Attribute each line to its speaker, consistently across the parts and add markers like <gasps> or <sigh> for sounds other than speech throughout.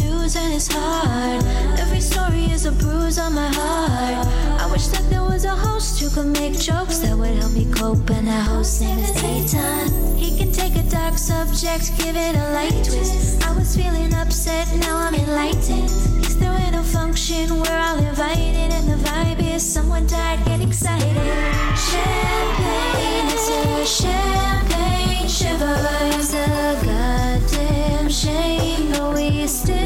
Speaker 1: lose and it's hard. Every story is a bruise on my heart. I wish that there was a host who could make jokes that would help me cope. And that host's name is Eitan. He can take a dark subject, give it a light twist. I was feeling upset, now I'm enlightened. He's throwing a function, we're all invited, and the vibe is someone died, get excited. Champagne is a champagne shiver is a goddamn shame, but we still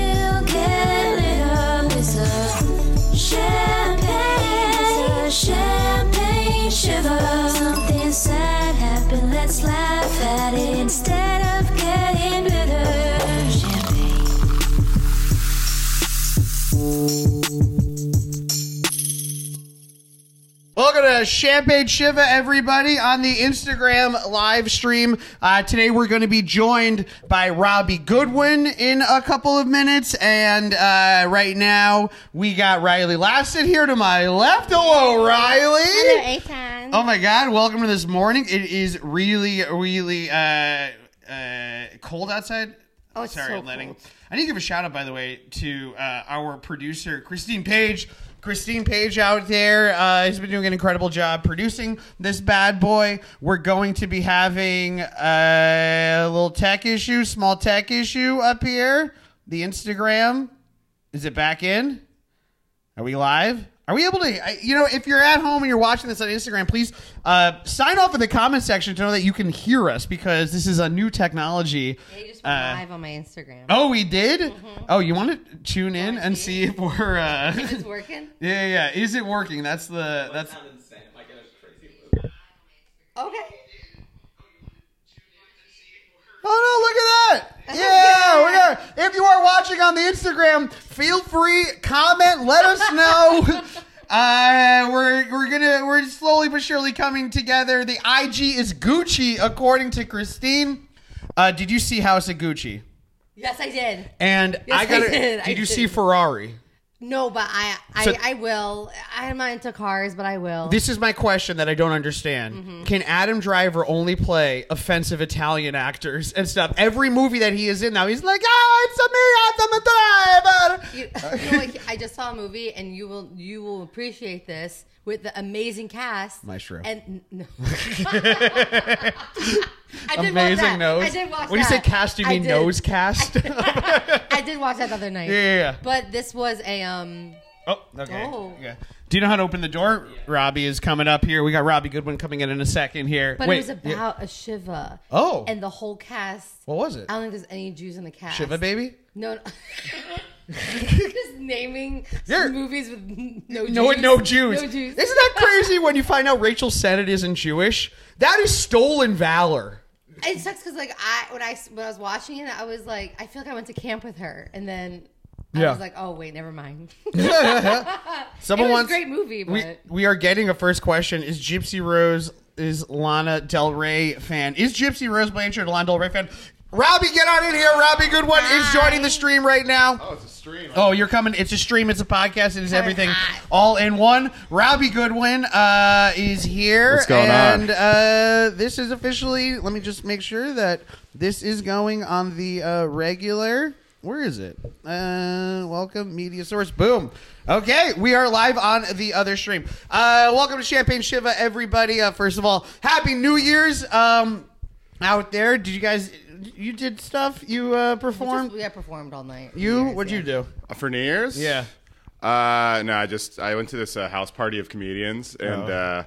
Speaker 1: get it up. It's a champagne, it's a champagne shiver. Something sad happened, let's laugh at it instead of getting bitter. Champagne.
Speaker 2: Welcome to Champagne Shiva, everybody, on the Instagram live stream. Uh, today we're going to be joined by Robbie Goodwin in a couple of minutes. And uh, right now we got Riley Lasted here to my left. Hello, Riley.
Speaker 3: Hello, Ethan.
Speaker 2: Oh my God! Welcome to this morning. It is really, really uh, uh, cold outside.
Speaker 3: Oh, it's so cold.
Speaker 2: I need to give a shout out, by the way, to uh, our producer Christine Page. Christine Page out there uh, has been doing an incredible job producing this bad boy. We're going to be having uh, a little tech issue, small tech issue up here. The Instagram is it back in? Are we live? Are we able to? I, you know, if you're at home and you're watching this on Instagram, please uh, sign off in the comment section to know that you can hear us because this is a new technology.
Speaker 3: You just went live on my Instagram.
Speaker 2: Uh, Oh, we did.
Speaker 4: Mm-hmm.
Speaker 2: Oh, you want to tune in and see if we're. Uh, <laughs> yeah,
Speaker 3: It's working.
Speaker 2: yeah, yeah. Is it working? That's the. That's.
Speaker 4: sound insane. Like it is crazy.
Speaker 3: Okay.
Speaker 2: Oh no! Look at that. Yeah, we are. If you are watching on the Instagram, feel free comment. Let us
Speaker 3: <laughs>
Speaker 2: know. Uh, we're we're gonna we're slowly but surely coming together. The IG is Gucci, according to Christine. Uh, did you see House of Gucci?
Speaker 3: Yes, I did.
Speaker 2: And
Speaker 3: Yes,
Speaker 2: I got.
Speaker 3: I did. I
Speaker 2: Did you
Speaker 3: did.
Speaker 2: see Ferrari?
Speaker 3: No, but I, I,
Speaker 2: So-
Speaker 3: I will. I'm not into cars, but I will.
Speaker 2: This is my question that I don't understand.
Speaker 3: Mm-hmm.
Speaker 2: Can Adam Driver only play offensive Italian actors and stuff? Every movie that he is in now, he's like, "Ah, <laughs> it's a me,
Speaker 3: you,
Speaker 2: Adam Driver."
Speaker 3: you know, what? I just saw a movie, and you will, you will appreciate this with the amazing cast.
Speaker 2: Maestro.
Speaker 3: And
Speaker 2: <laughs>
Speaker 3: no. I did watch
Speaker 2: Amazing
Speaker 3: that.
Speaker 2: nose.
Speaker 3: I did watch
Speaker 2: when you say
Speaker 3: that.
Speaker 2: cast, do you
Speaker 3: I
Speaker 2: mean
Speaker 3: did.
Speaker 2: nose cast?
Speaker 3: <laughs>
Speaker 2: <laughs>
Speaker 3: I did watch that the other night.
Speaker 2: yeah.
Speaker 3: But this was a um.
Speaker 2: Oh, okay.
Speaker 3: Oh.
Speaker 2: Yeah. Do you know how to open the door? Robbie is coming up here. We got Robbie Goodwin coming in in a second here.
Speaker 3: But
Speaker 2: Wait,
Speaker 3: it was
Speaker 2: yeah.
Speaker 3: about a shiva.
Speaker 2: Oh.
Speaker 3: And the whole cast.
Speaker 2: What was it?
Speaker 3: I don't think there's any Jews in the cast.
Speaker 2: Shiva baby?
Speaker 3: No, no.
Speaker 2: <laughs>
Speaker 3: just naming
Speaker 2: You're-
Speaker 3: movies with no Jews.
Speaker 2: No, no Jews.
Speaker 3: No
Speaker 2: Isn't
Speaker 3: Jews.
Speaker 2: that crazy when you find out Rachel Sennett isn't Jewish? That is stolen valor. <laughs>
Speaker 3: it sucks because like I when I when I was watching it, I was like, I feel like I went to camp with her, and then I
Speaker 2: Yeah.
Speaker 3: was like, oh wait, never mind. <laughs>
Speaker 2: Someone
Speaker 3: It was a
Speaker 2: wants
Speaker 3: great movie,
Speaker 2: We,
Speaker 3: but-
Speaker 2: we are getting a first question. Is Gypsy Rose is Lana Del Rey fan? Is Gypsy Rose Blanchard a Lana Del Rey fan? Robbie, get on in here. Robbie Goodwin is
Speaker 3: Hi.
Speaker 2: joining the stream right now.
Speaker 4: Oh, it's a stream.
Speaker 2: Oh, you're coming. It's a stream. It's a podcast. It is everything
Speaker 3: hot.
Speaker 2: all in one. Robbie Goodwin uh, is here.
Speaker 4: What's going
Speaker 2: and,
Speaker 4: on?
Speaker 2: uh, this is officially, let me just make sure that this is going on the uh, regular. Where is it? Uh, welcome, Media Source. Boom. Okay, we are live on the other stream. Uh, welcome to Champagne Shiva, everybody. Uh, first of all, Happy New Year's um, out there. Did you guys, you did stuff? You uh, performed?
Speaker 3: we got performed all night.
Speaker 2: You?
Speaker 3: Yes,
Speaker 2: What'd you
Speaker 3: yeah.
Speaker 2: do?
Speaker 4: For New Year's?
Speaker 2: Yeah.
Speaker 4: Uh, no, I just I went to this uh, house party of comedians, and
Speaker 2: Oh.
Speaker 4: uh,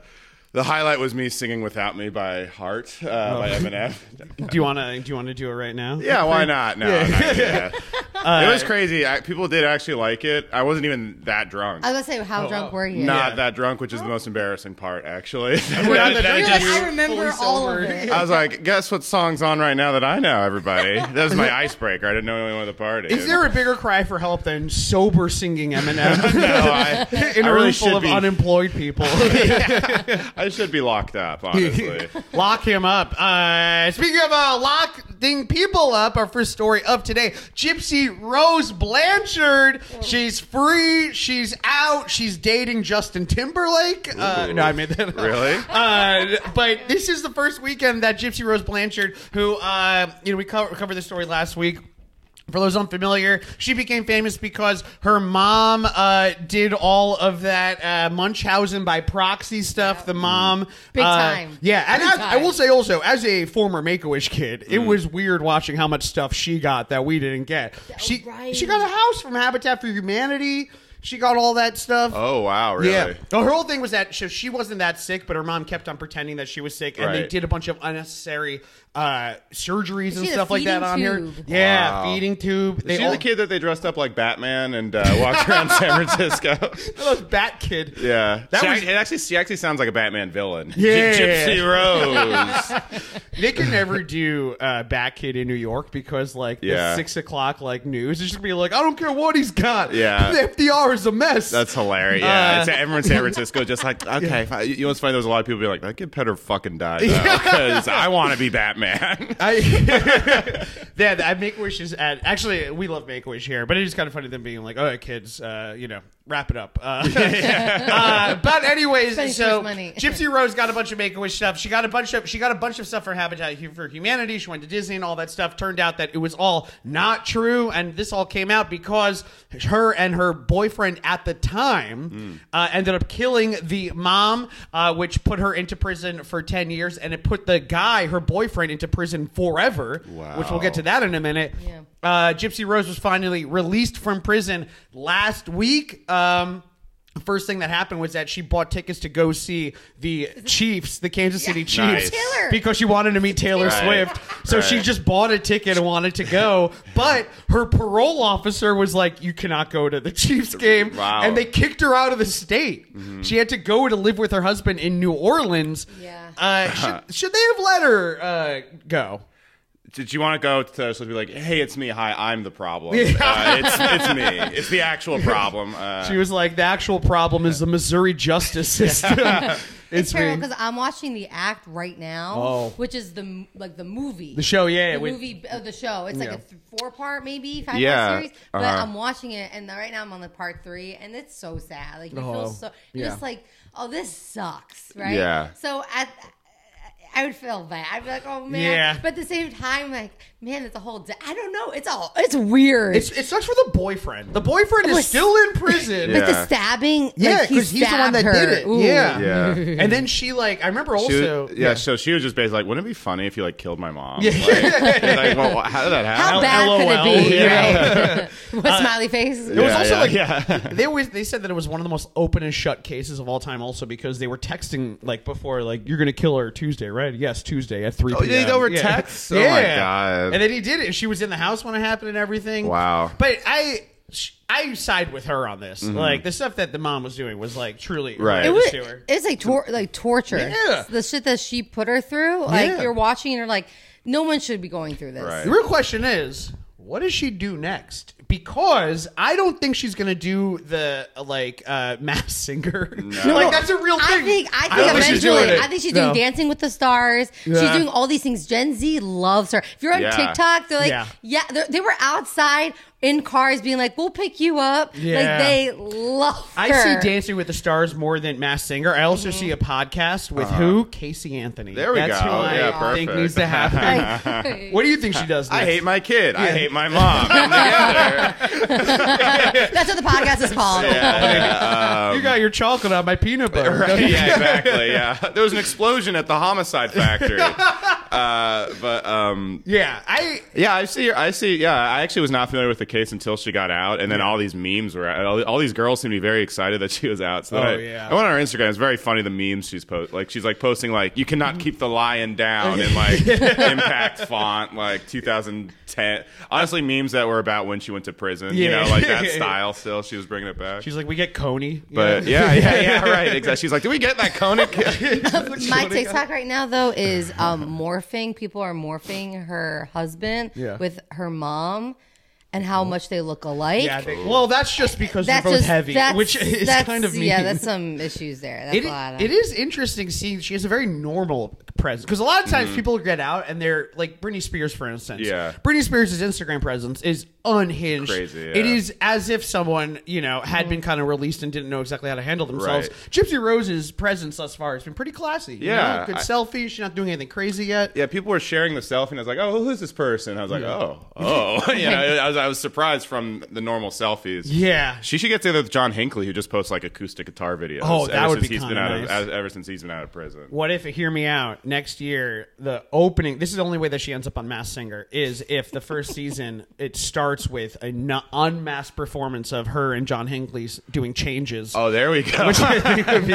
Speaker 4: the highlight was me singing "Without Me" by Heart uh,
Speaker 2: Oh.
Speaker 4: by
Speaker 2: <laughs>
Speaker 4: Eminem.
Speaker 2: Do you want to? Do you want to do it right now?
Speaker 4: yeah, why not? No, not-
Speaker 2: <laughs>
Speaker 4: yeah. it
Speaker 2: Uh,
Speaker 4: was crazy. I, people did actually like it. I wasn't even that drunk.
Speaker 3: I was gonna say, how drunk were you?
Speaker 4: not
Speaker 2: Yeah.
Speaker 4: that drunk, which is the most embarrassing part,
Speaker 2: <laughs>
Speaker 4: actually.
Speaker 2: not that
Speaker 3: You're
Speaker 2: drunk.
Speaker 3: like,
Speaker 2: Just
Speaker 3: I remember
Speaker 2: fully
Speaker 3: all of
Speaker 2: sobered.
Speaker 3: it.
Speaker 4: <laughs> I was like, guess what song's on right now that I know, everybody? That was my icebreaker. I didn't know anyone at the party.
Speaker 2: Is there a bigger cry for help than sober singing Eminem
Speaker 4: no, I,
Speaker 2: <laughs> in
Speaker 4: <laughs> I
Speaker 2: a
Speaker 4: really
Speaker 2: room full
Speaker 4: should
Speaker 2: of
Speaker 4: be-
Speaker 2: unemployed people?
Speaker 4: I should be locked up, honestly.
Speaker 2: <laughs> lock him up. Uh, speaking of uh, locking people up, our first story of today: Gypsy Rose Blanchard. She's free. She's out. She's dating Justin Timberlake. Uh,
Speaker 4: Ooh.
Speaker 2: no, I made that up.
Speaker 4: Really?
Speaker 2: Uh, but this is the first weekend that Gypsy Rose Blanchard, who uh, you know we co- covered this story last week. For those unfamiliar, she became famous because her mom uh, did all of that uh, Munchausen by proxy stuff. The mom,
Speaker 3: Big
Speaker 2: uh,
Speaker 3: time.
Speaker 2: yeah. And
Speaker 3: Big
Speaker 2: as, I will
Speaker 3: time.
Speaker 2: say also, as a former Make a Wish kid, it was weird watching how much stuff she got that we didn't get. She
Speaker 3: oh, right.
Speaker 2: she got a house from Habitat for Humanity. She got all that stuff.
Speaker 4: Oh wow, really?
Speaker 2: Yeah. No, her whole thing was that she, she wasn't that sick, but her mom kept on pretending that she was sick, and they
Speaker 4: Right.
Speaker 2: did a bunch of unnecessary uh, surgeries and
Speaker 3: had a
Speaker 2: stuff like that on her.
Speaker 3: feeding tube.
Speaker 2: Yeah,
Speaker 4: Wow.
Speaker 2: feeding tube. They
Speaker 4: Is she
Speaker 2: all,
Speaker 4: the
Speaker 2: <laughs>
Speaker 4: kid that they dressed up like Batman and uh, walked <laughs> around San
Speaker 2: <laughs>
Speaker 4: Francisco?
Speaker 2: That was Bat Kid.
Speaker 4: Yeah,
Speaker 2: That
Speaker 4: that
Speaker 2: was-
Speaker 4: it actually. She actually sounds like a Batman villain.
Speaker 2: Yeah.
Speaker 4: Gy- Gypsy
Speaker 2: <laughs>
Speaker 4: Rose.
Speaker 2: They could never do uh, Bat Kid in New York because like the
Speaker 4: Yeah.
Speaker 2: six o'clock like news. It's just be like, I don't care what he's got. <laughs>
Speaker 4: Yeah.
Speaker 2: the FDR is a mess.
Speaker 4: That's hilarious.
Speaker 2: Uh,
Speaker 4: Yeah, it's everyone in San Francisco
Speaker 2: <laughs>
Speaker 4: just like okay. fi- You know what's funny? There's a lot of people be like that kid better fucking die because I
Speaker 2: <laughs>
Speaker 4: want to be Batman. <laughs>
Speaker 2: I, <laughs> yeah, I make wishes at actually we love make a wish here, but it is kind of funny them being like, "Oh, kids, uh, you know, wrap it up." Uh, <laughs> uh, but anyways,
Speaker 3: Spending too
Speaker 2: so
Speaker 3: much money.
Speaker 2: Gypsy Rose got a bunch of make a wish stuff. She got a bunch of she got a bunch of stuff for Habitat for Humanity. She went to Disney and all that stuff. Turned out that it was all not true, and this all came out because her and her boyfriend at the time uh, ended up killing the mom, uh, which put her into prison for ten years, and it put the guy, her boyfriend, into prison forever. Which we'll get to
Speaker 4: Wow.
Speaker 2: that in a minute.
Speaker 3: Yeah.
Speaker 2: Uh, Gypsy Rose was finally released from prison last week. Um, first thing that happened was that she bought tickets to go see the Chiefs, the Kansas City Chiefs,
Speaker 4: Nice.
Speaker 3: Taylor.
Speaker 2: because she wanted to meet Taylor
Speaker 4: Right.
Speaker 2: Swift. So
Speaker 4: Right.
Speaker 2: she just bought a ticket and wanted to go, but her parole officer was like, "You cannot go to the Chiefs game,"
Speaker 4: Wow.
Speaker 2: and they kicked her out of the state. She had to go to live with her husband in New Orleans.
Speaker 3: Yeah.
Speaker 2: Uh, should, should they have let her uh, go?
Speaker 4: Did you want to go to so be like, hey, it's me. Hi, I'm the problem.
Speaker 2: Yeah.
Speaker 4: Uh, it's, it's me. It's the actual problem. Uh,
Speaker 2: She was like, the actual problem is the Missouri justice
Speaker 3: <laughs>
Speaker 2: system. it's
Speaker 3: It's terrible
Speaker 2: me.
Speaker 3: because I'm watching the act right now,
Speaker 2: Oh.
Speaker 3: which is the m- like the movie,
Speaker 2: The show, yeah,
Speaker 3: the
Speaker 2: with-
Speaker 3: movie, uh, the show. It's like
Speaker 2: Yeah.
Speaker 3: a th- four part, maybe five
Speaker 4: Yeah,
Speaker 3: part series. But
Speaker 4: uh-huh.
Speaker 3: I'm watching it, and right now I'm on the part three, and it's so sad. Like you
Speaker 2: Oh,
Speaker 3: feel so, you're
Speaker 2: yeah.
Speaker 3: just like, oh, this sucks, right?
Speaker 4: Yeah.
Speaker 3: So at I would feel bad. I'd be like, "Oh man!"
Speaker 2: Yeah.
Speaker 3: But at the same time, like, man, it's a whole. Di- I don't know. It's all. It's weird.
Speaker 2: It's, it sucks for the boyfriend. The boyfriend is
Speaker 3: was-
Speaker 2: still in prison.
Speaker 3: like the
Speaker 4: Yeah.
Speaker 3: stabbing.
Speaker 2: Yeah,
Speaker 3: like, he
Speaker 2: 'cause he's the one
Speaker 3: stabbed
Speaker 2: that
Speaker 3: her.
Speaker 2: did it.
Speaker 3: Ooh.
Speaker 2: Yeah.
Speaker 4: yeah.
Speaker 2: And then she like I remember
Speaker 4: She was-
Speaker 2: also
Speaker 4: yeah, so she was just basically like, wouldn't it be funny if you like killed my mom?
Speaker 2: Yeah.
Speaker 4: Like, like, well, how did that happen?
Speaker 3: How bad could
Speaker 2: LOL.
Speaker 3: it be?
Speaker 2: Yeah. <laughs>
Speaker 3: Right? <laughs> what
Speaker 2: Uh,
Speaker 3: smiley face?
Speaker 2: It was
Speaker 4: Yeah,
Speaker 2: also
Speaker 4: yeah,
Speaker 2: like
Speaker 4: yeah.
Speaker 2: <laughs> they always they said that it was one of the most open and shut cases of all time. Also because they were texting like before like you're gonna kill her Tuesday right? Yes, Tuesday at three.
Speaker 4: Oh,
Speaker 2: p.m.
Speaker 4: they go over
Speaker 2: yeah. <laughs>
Speaker 4: texts? Oh,
Speaker 2: yeah.
Speaker 4: my God.
Speaker 2: And then he did it. She was in the house when it happened and everything.
Speaker 4: Wow. Mm-hmm.
Speaker 2: But I. sh- I side with her on this. Like the stuff that the mom was doing was like truly it
Speaker 4: Right.
Speaker 3: It
Speaker 4: It
Speaker 2: was,
Speaker 3: was,
Speaker 2: to her.
Speaker 3: it's like tor- like torture.
Speaker 2: Yeah.
Speaker 3: The shit that she put her through. Like
Speaker 2: Yeah.
Speaker 3: you're watching, and you're like, no one should be going through this.
Speaker 4: Right.
Speaker 2: The real question is, what does she do next? Because I don't think she's gonna do the like uh, mass singer. <laughs> like that's a real thing.
Speaker 3: I think I
Speaker 2: don't
Speaker 3: think
Speaker 2: she's
Speaker 3: eventually
Speaker 2: doing it.
Speaker 3: I think she's doing
Speaker 2: No.
Speaker 3: Dancing with the Stars. She's
Speaker 2: Yeah.
Speaker 3: doing all these things. Gen Z loves her. If you're on
Speaker 4: Yeah.
Speaker 3: TikTok, they're like,
Speaker 2: Yeah.
Speaker 3: yeah, they're- they were outside in cars being like, we'll pick you up.
Speaker 2: Yeah.
Speaker 3: Like they love her.
Speaker 2: I see Dancing with the Stars more than Mass Singer. I also see
Speaker 3: Mm-hmm.
Speaker 2: a podcast with who? Casey Anthony.
Speaker 4: Uh-huh. There we
Speaker 2: That's
Speaker 4: go.
Speaker 2: who I
Speaker 4: Yeah,
Speaker 2: think
Speaker 4: perfect.
Speaker 2: needs
Speaker 4: <laughs>
Speaker 2: to happen. <laughs>
Speaker 3: Like,
Speaker 2: what do you think she does next?
Speaker 4: I hate my kid. I hate my
Speaker 2: <laughs>
Speaker 4: mom. And
Speaker 3: that's what the podcast is called.
Speaker 2: you got your chocolate on my peanut butter.
Speaker 4: <laughs> Right, <laughs> yeah, exactly. Yeah, there was an explosion at the homicide factory.
Speaker 2: <laughs>
Speaker 4: uh, but um,
Speaker 2: <laughs> Yeah, I
Speaker 4: yeah, I see. I see. Yeah, I actually was not familiar with the case until she got out, and then all these memes were. All, all these girls seemed to be very excited that she was out. So then
Speaker 2: Oh,
Speaker 4: I,
Speaker 2: yeah.
Speaker 4: I went on her Instagram. It's very funny the memes she's post. Like she's like posting like you
Speaker 2: Mm-hmm.
Speaker 4: cannot keep the lion down in
Speaker 2: <laughs>
Speaker 4: like impact font like 2010. Honestly, memes that were about when she went to prison. You
Speaker 2: Yeah.
Speaker 4: know,
Speaker 2: <laughs>
Speaker 4: like that style. Still, she was bringing it back.
Speaker 2: she's like we get Coney.
Speaker 4: but yeah, yeah,
Speaker 2: <laughs>
Speaker 4: yeah, right. Exactly. She's like, "Do we get that conic?"
Speaker 3: My TikTok right now though is um, morphing. People are morphing her husband
Speaker 2: Yeah.
Speaker 3: with her mom. and how much they look alike.
Speaker 2: Yeah, they, well, that's just because
Speaker 3: that's
Speaker 2: they're both
Speaker 3: just
Speaker 2: heavy,
Speaker 3: that's-
Speaker 2: which is
Speaker 3: that's-
Speaker 2: kind of mean.
Speaker 3: yeah. That's some issues there. That's
Speaker 2: It,
Speaker 3: a lot.
Speaker 2: it is interesting seeing she has a very normal presence because a lot of times people get out and they're like Britney Spears, for instance.
Speaker 4: Mm-hmm. Yeah.
Speaker 2: Britney Spears' Instagram presence is unhinged.
Speaker 4: Crazy, yeah.
Speaker 2: It is as if someone you know had been kind of released and didn't know exactly how to handle themselves.
Speaker 4: Right.
Speaker 2: Gypsy Rose's presence thus far has been pretty classy. you
Speaker 4: Yeah,
Speaker 2: know? good
Speaker 4: I-
Speaker 2: selfie. She's not doing anything crazy yet.
Speaker 4: yeah, people were sharing the selfie, and I was like, "Oh, who's this person?" I was like, "Oh, oh," <laughs> you know, I was, I was surprised from the normal selfies.
Speaker 2: Yeah.
Speaker 4: she should get together with John Hinckley, who just posts like acoustic guitar videos.
Speaker 2: Oh, that
Speaker 4: ever
Speaker 2: would
Speaker 4: since
Speaker 2: be
Speaker 4: he's been
Speaker 2: kinda
Speaker 4: out
Speaker 2: nice.
Speaker 4: of, as- ever since he's been out of prison.
Speaker 2: What if, hear me out, next year, the opening, this is the only way that she ends up on Mass Singer, is if the first season, it starts with an unmasked performance of her and John Hinckley s- doing changes. <laughs>
Speaker 4: Oh, there we go. <laughs> Which
Speaker 2: I think would be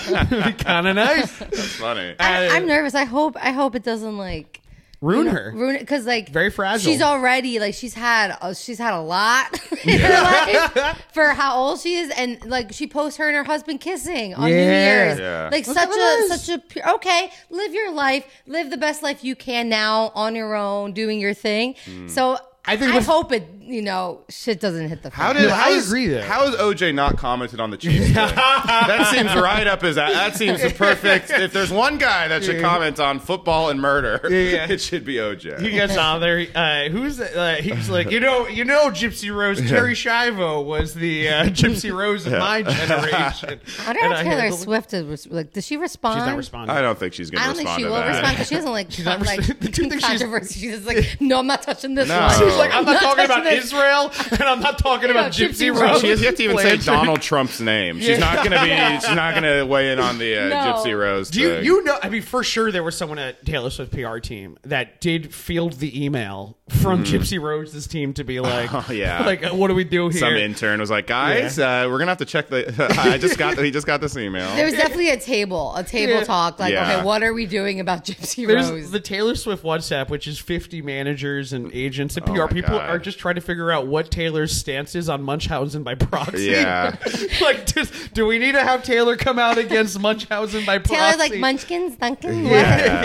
Speaker 2: kind of nice.
Speaker 4: funny.
Speaker 3: I, I'm nervous. I hope. I hope it doesn't like
Speaker 2: Ruin her.
Speaker 3: ruin it because like
Speaker 2: Very fragile.
Speaker 3: She's already like she's had uh, she's had a lot <laughs> in her life for how old she is, and like she posts her and her husband kissing on New
Speaker 2: Yeah.
Speaker 3: Year's.
Speaker 4: Yeah.
Speaker 3: Like
Speaker 2: Look
Speaker 3: such
Speaker 2: at
Speaker 3: a
Speaker 2: us.
Speaker 3: such a pu- okay. Live your life. Live the best life you can now on your own, doing your thing. So
Speaker 2: Hmm. I
Speaker 3: I
Speaker 2: think
Speaker 3: think I
Speaker 2: what's-
Speaker 3: hope it you know shit doesn't hit the fan.
Speaker 4: How did
Speaker 2: No, I
Speaker 4: how is-
Speaker 2: agree there.
Speaker 4: How is OJ not commented on the
Speaker 2: <laughs>
Speaker 4: Chiefs? thing? that seems right up his. a- That seems the perfect. If there's one guy that should comment on football and murder,
Speaker 2: Yeah, yeah.
Speaker 4: <laughs> it should be OJ.
Speaker 2: He gets on there. Uh, who's uh, he's like you know you know Gypsy Rose Terry Shivo was the uh, Gypsy Rose of my generation.
Speaker 3: I wonder
Speaker 2: And
Speaker 3: how
Speaker 2: handled
Speaker 3: Taylor
Speaker 2: it.
Speaker 3: Swift is res- like. Does she respond?
Speaker 2: She's not responding.
Speaker 4: I don't think she's going
Speaker 3: I don't
Speaker 4: to respond
Speaker 3: think she
Speaker 4: to
Speaker 3: will
Speaker 4: that.
Speaker 3: respond because she doesn't like,
Speaker 2: not
Speaker 3: con- like
Speaker 2: responding. <laughs> The two things she's-
Speaker 3: controversy. She's
Speaker 2: <laughs>
Speaker 3: just like, no, I'm not touching this
Speaker 4: No.
Speaker 3: one.
Speaker 4: She's
Speaker 2: She's like,
Speaker 3: <laughs>
Speaker 2: I'm not, talking
Speaker 3: touching
Speaker 2: about
Speaker 3: this.
Speaker 2: Israel, and I'm not talking about Gypsy,
Speaker 3: Gypsy <laughs>
Speaker 2: Rose.
Speaker 4: She has yet to even say
Speaker 2: Blanchard.
Speaker 4: Donald Trump's name. She's not going to be. She's not going to weigh in on the uh,
Speaker 3: No.
Speaker 4: Gypsy Rose.
Speaker 2: Do you,
Speaker 4: thing.
Speaker 2: you know? I mean, for sure, there was someone at Taylor Swift PR team that did field the email from Gypsy Rose's team to be like,
Speaker 4: Mm-hmm. Oh, yeah.
Speaker 2: <laughs> like what do we do here?
Speaker 4: Some intern was like, "Guys, uh, we're gonna have to check the. <laughs> I just got. He just got this email.
Speaker 3: There was definitely a table, a table
Speaker 2: Yeah.
Speaker 3: talk. Like,
Speaker 4: Yeah.
Speaker 3: okay, what are we doing about Gypsy
Speaker 2: There's
Speaker 3: Rose?
Speaker 2: the Taylor Swift WhatsApp, which is 50 managers and agents and PR
Speaker 4: Oh my
Speaker 2: people
Speaker 4: God.
Speaker 2: are just trying to figure out what Taylor's stance is on Munchausen by proxy.
Speaker 4: Yeah.
Speaker 2: <laughs> like, just, do we need to have Taylor come out against Munchausen by proxy?
Speaker 3: Taylor's like Munchkins, Duncan.
Speaker 4: Yeah.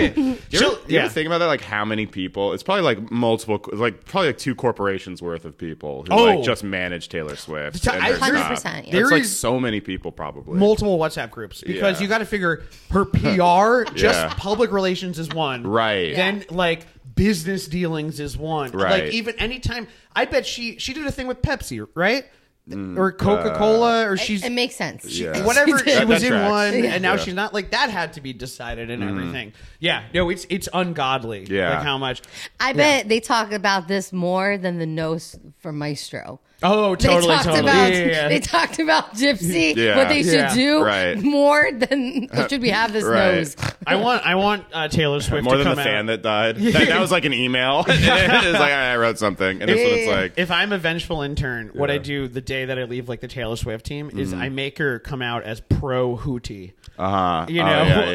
Speaker 3: What?
Speaker 4: Do you ever, do you
Speaker 2: yeah.
Speaker 4: ever think about that? Like how many people? It's probably like multiple, like probably like two corporations worth of people who
Speaker 2: Oh.
Speaker 4: like just manage Taylor Swift.
Speaker 2: Ta-
Speaker 4: and
Speaker 2: I-
Speaker 4: their stuff.
Speaker 3: 100%, yeah.
Speaker 2: There
Speaker 4: That's like
Speaker 2: is-
Speaker 4: so many people probably.
Speaker 2: multiple WhatsApp groups because
Speaker 4: Yeah.
Speaker 2: you got to figure
Speaker 4: <laughs>
Speaker 2: her PR, just
Speaker 4: Yeah.
Speaker 2: public relations is one,
Speaker 4: Right.
Speaker 2: Then like business dealings is one, Like
Speaker 4: Right.
Speaker 2: even anytime, I bet she she did a thing with Pepsi, right?
Speaker 4: Mm,
Speaker 2: Or Coca Cola, or she's
Speaker 3: It makes sense.
Speaker 4: Yeah.
Speaker 2: <laughs>
Speaker 3: <laughs>
Speaker 2: whatever she,
Speaker 4: That-
Speaker 2: was
Speaker 4: uh, that
Speaker 2: in
Speaker 4: tracks.
Speaker 2: one,
Speaker 4: Yeah.
Speaker 2: and now
Speaker 4: Yeah. Mm.
Speaker 2: she's not. Like that had to be decided and everything. Yeah, no, it's it's ungodly.
Speaker 4: Yeah.
Speaker 2: like how much?
Speaker 3: I bet they talk about this more than the nose from Maestro.
Speaker 2: Oh,
Speaker 3: they
Speaker 2: totally,
Speaker 3: talked
Speaker 2: totally.
Speaker 3: about
Speaker 2: Yeah, yeah, yeah.
Speaker 3: they talked about Gypsy,
Speaker 4: Yeah.
Speaker 3: what they should
Speaker 2: Yeah.
Speaker 3: do
Speaker 4: Right.
Speaker 3: more than should we have this
Speaker 4: Right.
Speaker 3: nose?
Speaker 2: I want I want uh,
Speaker 4: <laughs>
Speaker 2: Taylor Swift
Speaker 4: More
Speaker 2: to
Speaker 4: than the
Speaker 2: come
Speaker 4: fan
Speaker 2: out. <laughs>
Speaker 4: that died. That, that was like an email. <laughs> it's like I wrote something, and that's what it's
Speaker 3: Yeah.
Speaker 4: like.
Speaker 2: if I'm a vengeful intern, what I do the day that I leave, like the Taylor Swift team, is I make her come out as pro Houthi,
Speaker 4: Mm-hmm. Uh huh.
Speaker 2: you know, <laughs>
Speaker 4: yeah,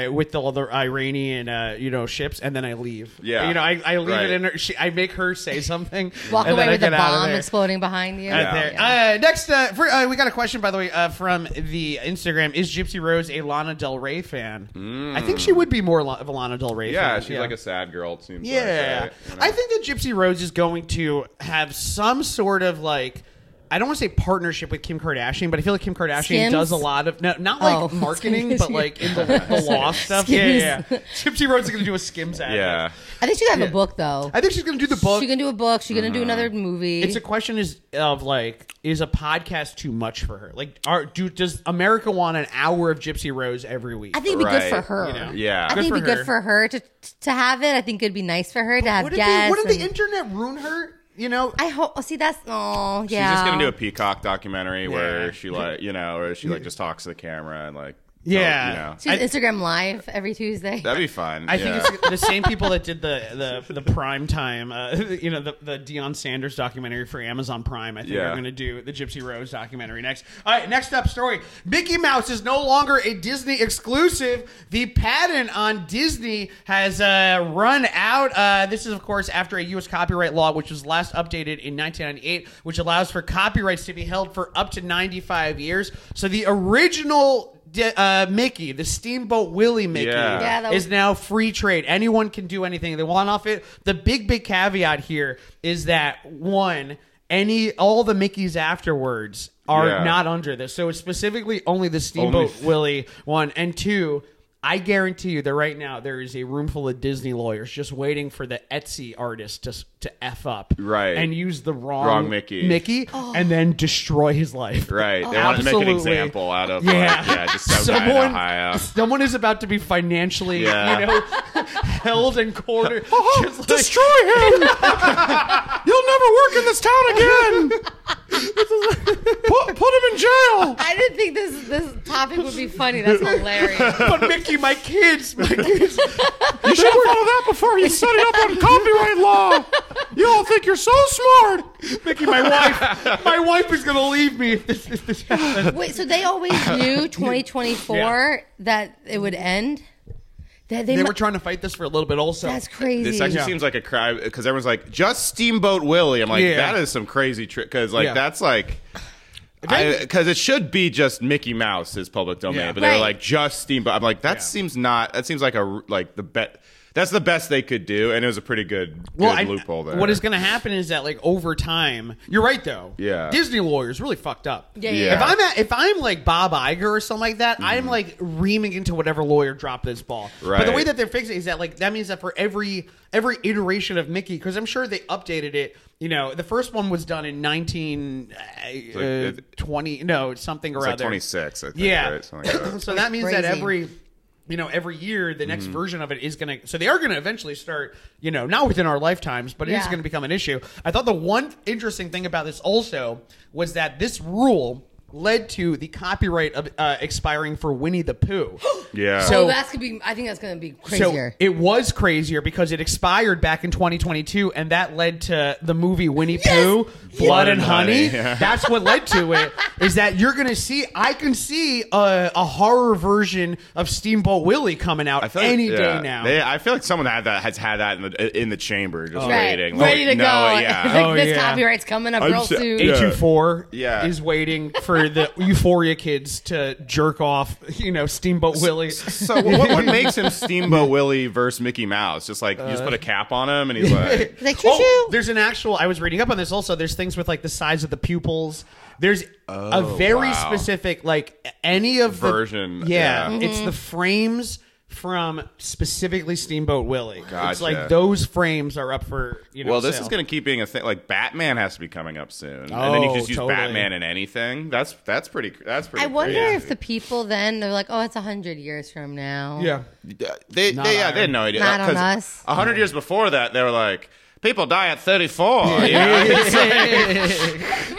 Speaker 4: yeah.
Speaker 2: Uh, with all the Iranian, uh, you know, ships, and then I leave.
Speaker 4: Yeah.
Speaker 2: you know, I, I leave
Speaker 4: Right.
Speaker 2: it in her. She, I make her
Speaker 4: <laughs>
Speaker 2: say something.
Speaker 3: Walk
Speaker 2: and then
Speaker 3: away
Speaker 2: I
Speaker 3: with a
Speaker 2: get out of
Speaker 3: bomb
Speaker 2: there.
Speaker 3: exploding behind you.
Speaker 2: Out there. Uh, next, uh, for, uh, we got a question by the way uh, from the Instagram. Is Gypsy Rose a Lana Del Rey fan? I think she would be more lo- of a Lana Del Rey.
Speaker 4: Mm. yeah,
Speaker 2: fan.
Speaker 4: she's like a sad girl. It seems.
Speaker 2: Yeah.
Speaker 4: Like, right? You know?
Speaker 2: I think that Gypsy Rose is going to have some sort of like I don't want to say partnership with Kim Kardashian, but I feel like Kim Kardashian
Speaker 3: Skims?
Speaker 2: does a lot of no, not like
Speaker 3: Oh. <laughs>
Speaker 2: marketing, but like in the, the law stuff. Yeah, yeah, yeah. Gypsy Rose is going to do a Skims ad.
Speaker 4: Yeah.
Speaker 3: I think she could have a book though.
Speaker 2: I think she's going to do the book.
Speaker 3: She can do a book. She
Speaker 4: Mm-hmm.
Speaker 3: can do another movie.
Speaker 2: it's a question is of like is a podcast too much for her? Like, are, do does America want an hour of Gypsy Rose every week?
Speaker 3: I think it'd be good for
Speaker 4: Right,
Speaker 3: her.
Speaker 2: you know.
Speaker 4: Yeah.
Speaker 3: I
Speaker 2: Good
Speaker 3: think it'd
Speaker 2: for
Speaker 3: be
Speaker 2: her.
Speaker 3: good for her to to have it. I think it'd be nice for her to have
Speaker 2: What did, the,
Speaker 3: guests.
Speaker 2: what did the
Speaker 3: and-
Speaker 2: internet ruin her? You know,
Speaker 3: I hope. Oh, see, that's oh
Speaker 4: She's
Speaker 3: yeah.
Speaker 4: just gonna do a peacock documentary
Speaker 2: Yeah.
Speaker 4: where she like you know, where she like just talks to the camera and like tell-
Speaker 2: Yeah.
Speaker 4: you know.
Speaker 3: She does Instagram live every Tuesday.
Speaker 4: that'd be fun.
Speaker 2: I
Speaker 4: yeah.
Speaker 2: think it's the same people that did the the, the prime time, uh, <laughs> you know, the, the Deion Sanders documentary for Amazon Prime. I think
Speaker 4: Yeah.
Speaker 2: are going to do the Gypsy Rose documentary next. All right, next up story: Mickey Mouse is no longer a Disney exclusive. The patent on Disney has uh, run out. Uh, this is, of course, after a U.S. copyright law, which was last updated in 1998, which allows for copyrights to be held for up to 95 years. So the original D- uh, Mickey, the Steamboat Willie Mickey,
Speaker 4: Yeah.
Speaker 3: Yeah, that
Speaker 2: is
Speaker 3: was-
Speaker 2: now free trade. Anyone can do anything they want off it. The big, big caveat here is that one, any all the Mickeys afterwards are
Speaker 4: Yeah.
Speaker 2: not under this. So it's specifically only the Steamboat
Speaker 4: Only f-
Speaker 2: Willie one and two. I guarantee you that right now there is a room full of Disney lawyers just waiting for the Etsy artist to s- to f up
Speaker 4: Right.
Speaker 2: and use the wrong,
Speaker 4: Wrong Mickey.
Speaker 2: Mickey and then destroy his life.
Speaker 4: Right. They want to make an
Speaker 2: Absolutely.
Speaker 4: example out of like,
Speaker 2: Yeah.
Speaker 4: yeah, just some guy in Ohio.
Speaker 2: <laughs> someone, someone is about to be financially,
Speaker 4: Yeah.
Speaker 2: you know, <laughs> held and
Speaker 4: <laughs>
Speaker 2: quartered. Just like-
Speaker 4: Uh-huh. him! <laughs> You'll never work in this town
Speaker 2: <laughs>
Speaker 4: again! put, put him in jail!
Speaker 3: I didn't think this this topic would be funny. That's hilarious.
Speaker 2: but Mickey, my kids,
Speaker 4: <laughs>
Speaker 2: my kids.
Speaker 4: You should follow that before you set it up on copyright law! You all think you're so smart!
Speaker 2: Mickey, my wife, my wife is gonna leave me if this, if this happens.
Speaker 3: <laughs> Wait, so they always
Speaker 4: <laughs>
Speaker 3: knew 2024
Speaker 2: Yeah.
Speaker 3: that it would end. That they,
Speaker 2: They
Speaker 3: mu-
Speaker 2: were trying to fight this for a little bit, also.
Speaker 3: That's crazy.
Speaker 4: This actually
Speaker 2: Yeah.
Speaker 4: seems like a crime because everyone's like, just Steamboat Willie. I'm like,
Speaker 2: Yeah.
Speaker 4: that is some crazy trick because like
Speaker 2: Yeah.
Speaker 4: that's like. Because it should be just Mickey Mouse is public domain,
Speaker 2: Yeah.
Speaker 4: but they're
Speaker 3: Right.
Speaker 4: like just Steamboat. I'm like, that
Speaker 2: Yeah.
Speaker 4: seems not. That seems like a r- like the bet. That's the best they could do, and it was a pretty good, good
Speaker 2: I-
Speaker 4: loophole there.
Speaker 2: What is going to happen is that like over time, you're right though.
Speaker 4: Yeah.
Speaker 2: Disney lawyers really fucked up.
Speaker 3: Yeah, yeah,
Speaker 4: Yeah. Mm-hmm.
Speaker 2: If I'm at, if I'm like Bob Iger or something like that, I'm like reaming into whatever lawyer dropped this ball. But the
Speaker 4: Right.
Speaker 2: way that they're fixing it is that like that means that for every every iteration of Mickey, because I'm sure they updated it. You know, the first one was done in 19 uh,
Speaker 4: It's like-
Speaker 2: 20 no something or
Speaker 4: It's like
Speaker 2: other.
Speaker 4: 26? I think,
Speaker 2: Yeah.
Speaker 4: right? Something
Speaker 2: <coughs>
Speaker 4: like that.
Speaker 2: <clears throat>
Speaker 4: Mm-hmm.
Speaker 2: so that means that
Speaker 3: crazy.
Speaker 2: every you know every year the next version of it is going to so they are going to eventually start you know not within our lifetimes but it is
Speaker 3: Yeah.
Speaker 2: going to become an issue i thought the one interesting thing about this also was that this rule led to the copyright of, uh, expiring for winnie the pooh
Speaker 4: <gasps> yeah.
Speaker 2: So-
Speaker 3: oh, that's gonna be. I think that's gonna be crazier.
Speaker 2: So it was crazier because it expired back in 2022, and that led to the movie Winnie Pooh, Blood, and Honey.
Speaker 4: Yeah.
Speaker 2: That's what led to it. Is that you're gonna see? I can see a, a horror version of Steamboat Willie coming out
Speaker 4: like-
Speaker 2: any
Speaker 4: yeah.
Speaker 2: day now.
Speaker 4: They- I feel like someone had that has had that in the in the chamber, just
Speaker 3: right.
Speaker 4: waiting,
Speaker 3: ready
Speaker 4: Like,
Speaker 3: to
Speaker 4: no,
Speaker 2: <laughs>
Speaker 3: go. It's
Speaker 4: Yeah.
Speaker 3: <laughs> like,
Speaker 2: Oh,
Speaker 3: this
Speaker 2: yeah.
Speaker 3: copyright's coming up
Speaker 4: I'm
Speaker 3: real
Speaker 4: so-
Speaker 3: soon.
Speaker 4: yeah.
Speaker 2: 824
Speaker 4: Yeah.
Speaker 2: is waiting for the Euphoria kids to jerk off, you know, Steamboat Willie.
Speaker 4: So what, what makes <laughs> him Steamboat Willie versus Mickey Mouse? Just like you just put a cap on him, and he's
Speaker 2: <laughs>
Speaker 4: like,
Speaker 3: It's like choo
Speaker 2: Oh,
Speaker 3: choo.
Speaker 2: there's an actual. I was reading up on this also. There's things with like the size of the pupils. There's a very
Speaker 4: Oh, wow.
Speaker 2: specific like any of the
Speaker 4: Version,
Speaker 2: Yeah,
Speaker 4: yeah.
Speaker 3: Mm-hmm.
Speaker 2: it's the frames from specifically Steamboat Willie. It's
Speaker 4: Gotcha.
Speaker 2: like those frames are up for you know.
Speaker 4: Well, this
Speaker 2: sale.
Speaker 4: is going to keep being a thing. Like Batman has to be coming up soon, and then you
Speaker 2: Oh,
Speaker 4: can just use
Speaker 2: totally.
Speaker 4: Batman in anything. That's that's pretty. cr- That's pretty.
Speaker 3: I wonder
Speaker 4: crazy.
Speaker 3: if the people then they're like, oh, it's hundred years from now.
Speaker 2: yeah.
Speaker 4: they,
Speaker 2: Not
Speaker 4: they, yeah,
Speaker 2: iron.
Speaker 4: they had no idea.
Speaker 3: Not on
Speaker 4: 'Cause
Speaker 3: us.
Speaker 4: A hundred years before that, they were like, people die at thirty-four.
Speaker 2: <laughs>
Speaker 4: you know? <laughs> Like,
Speaker 2: <laughs>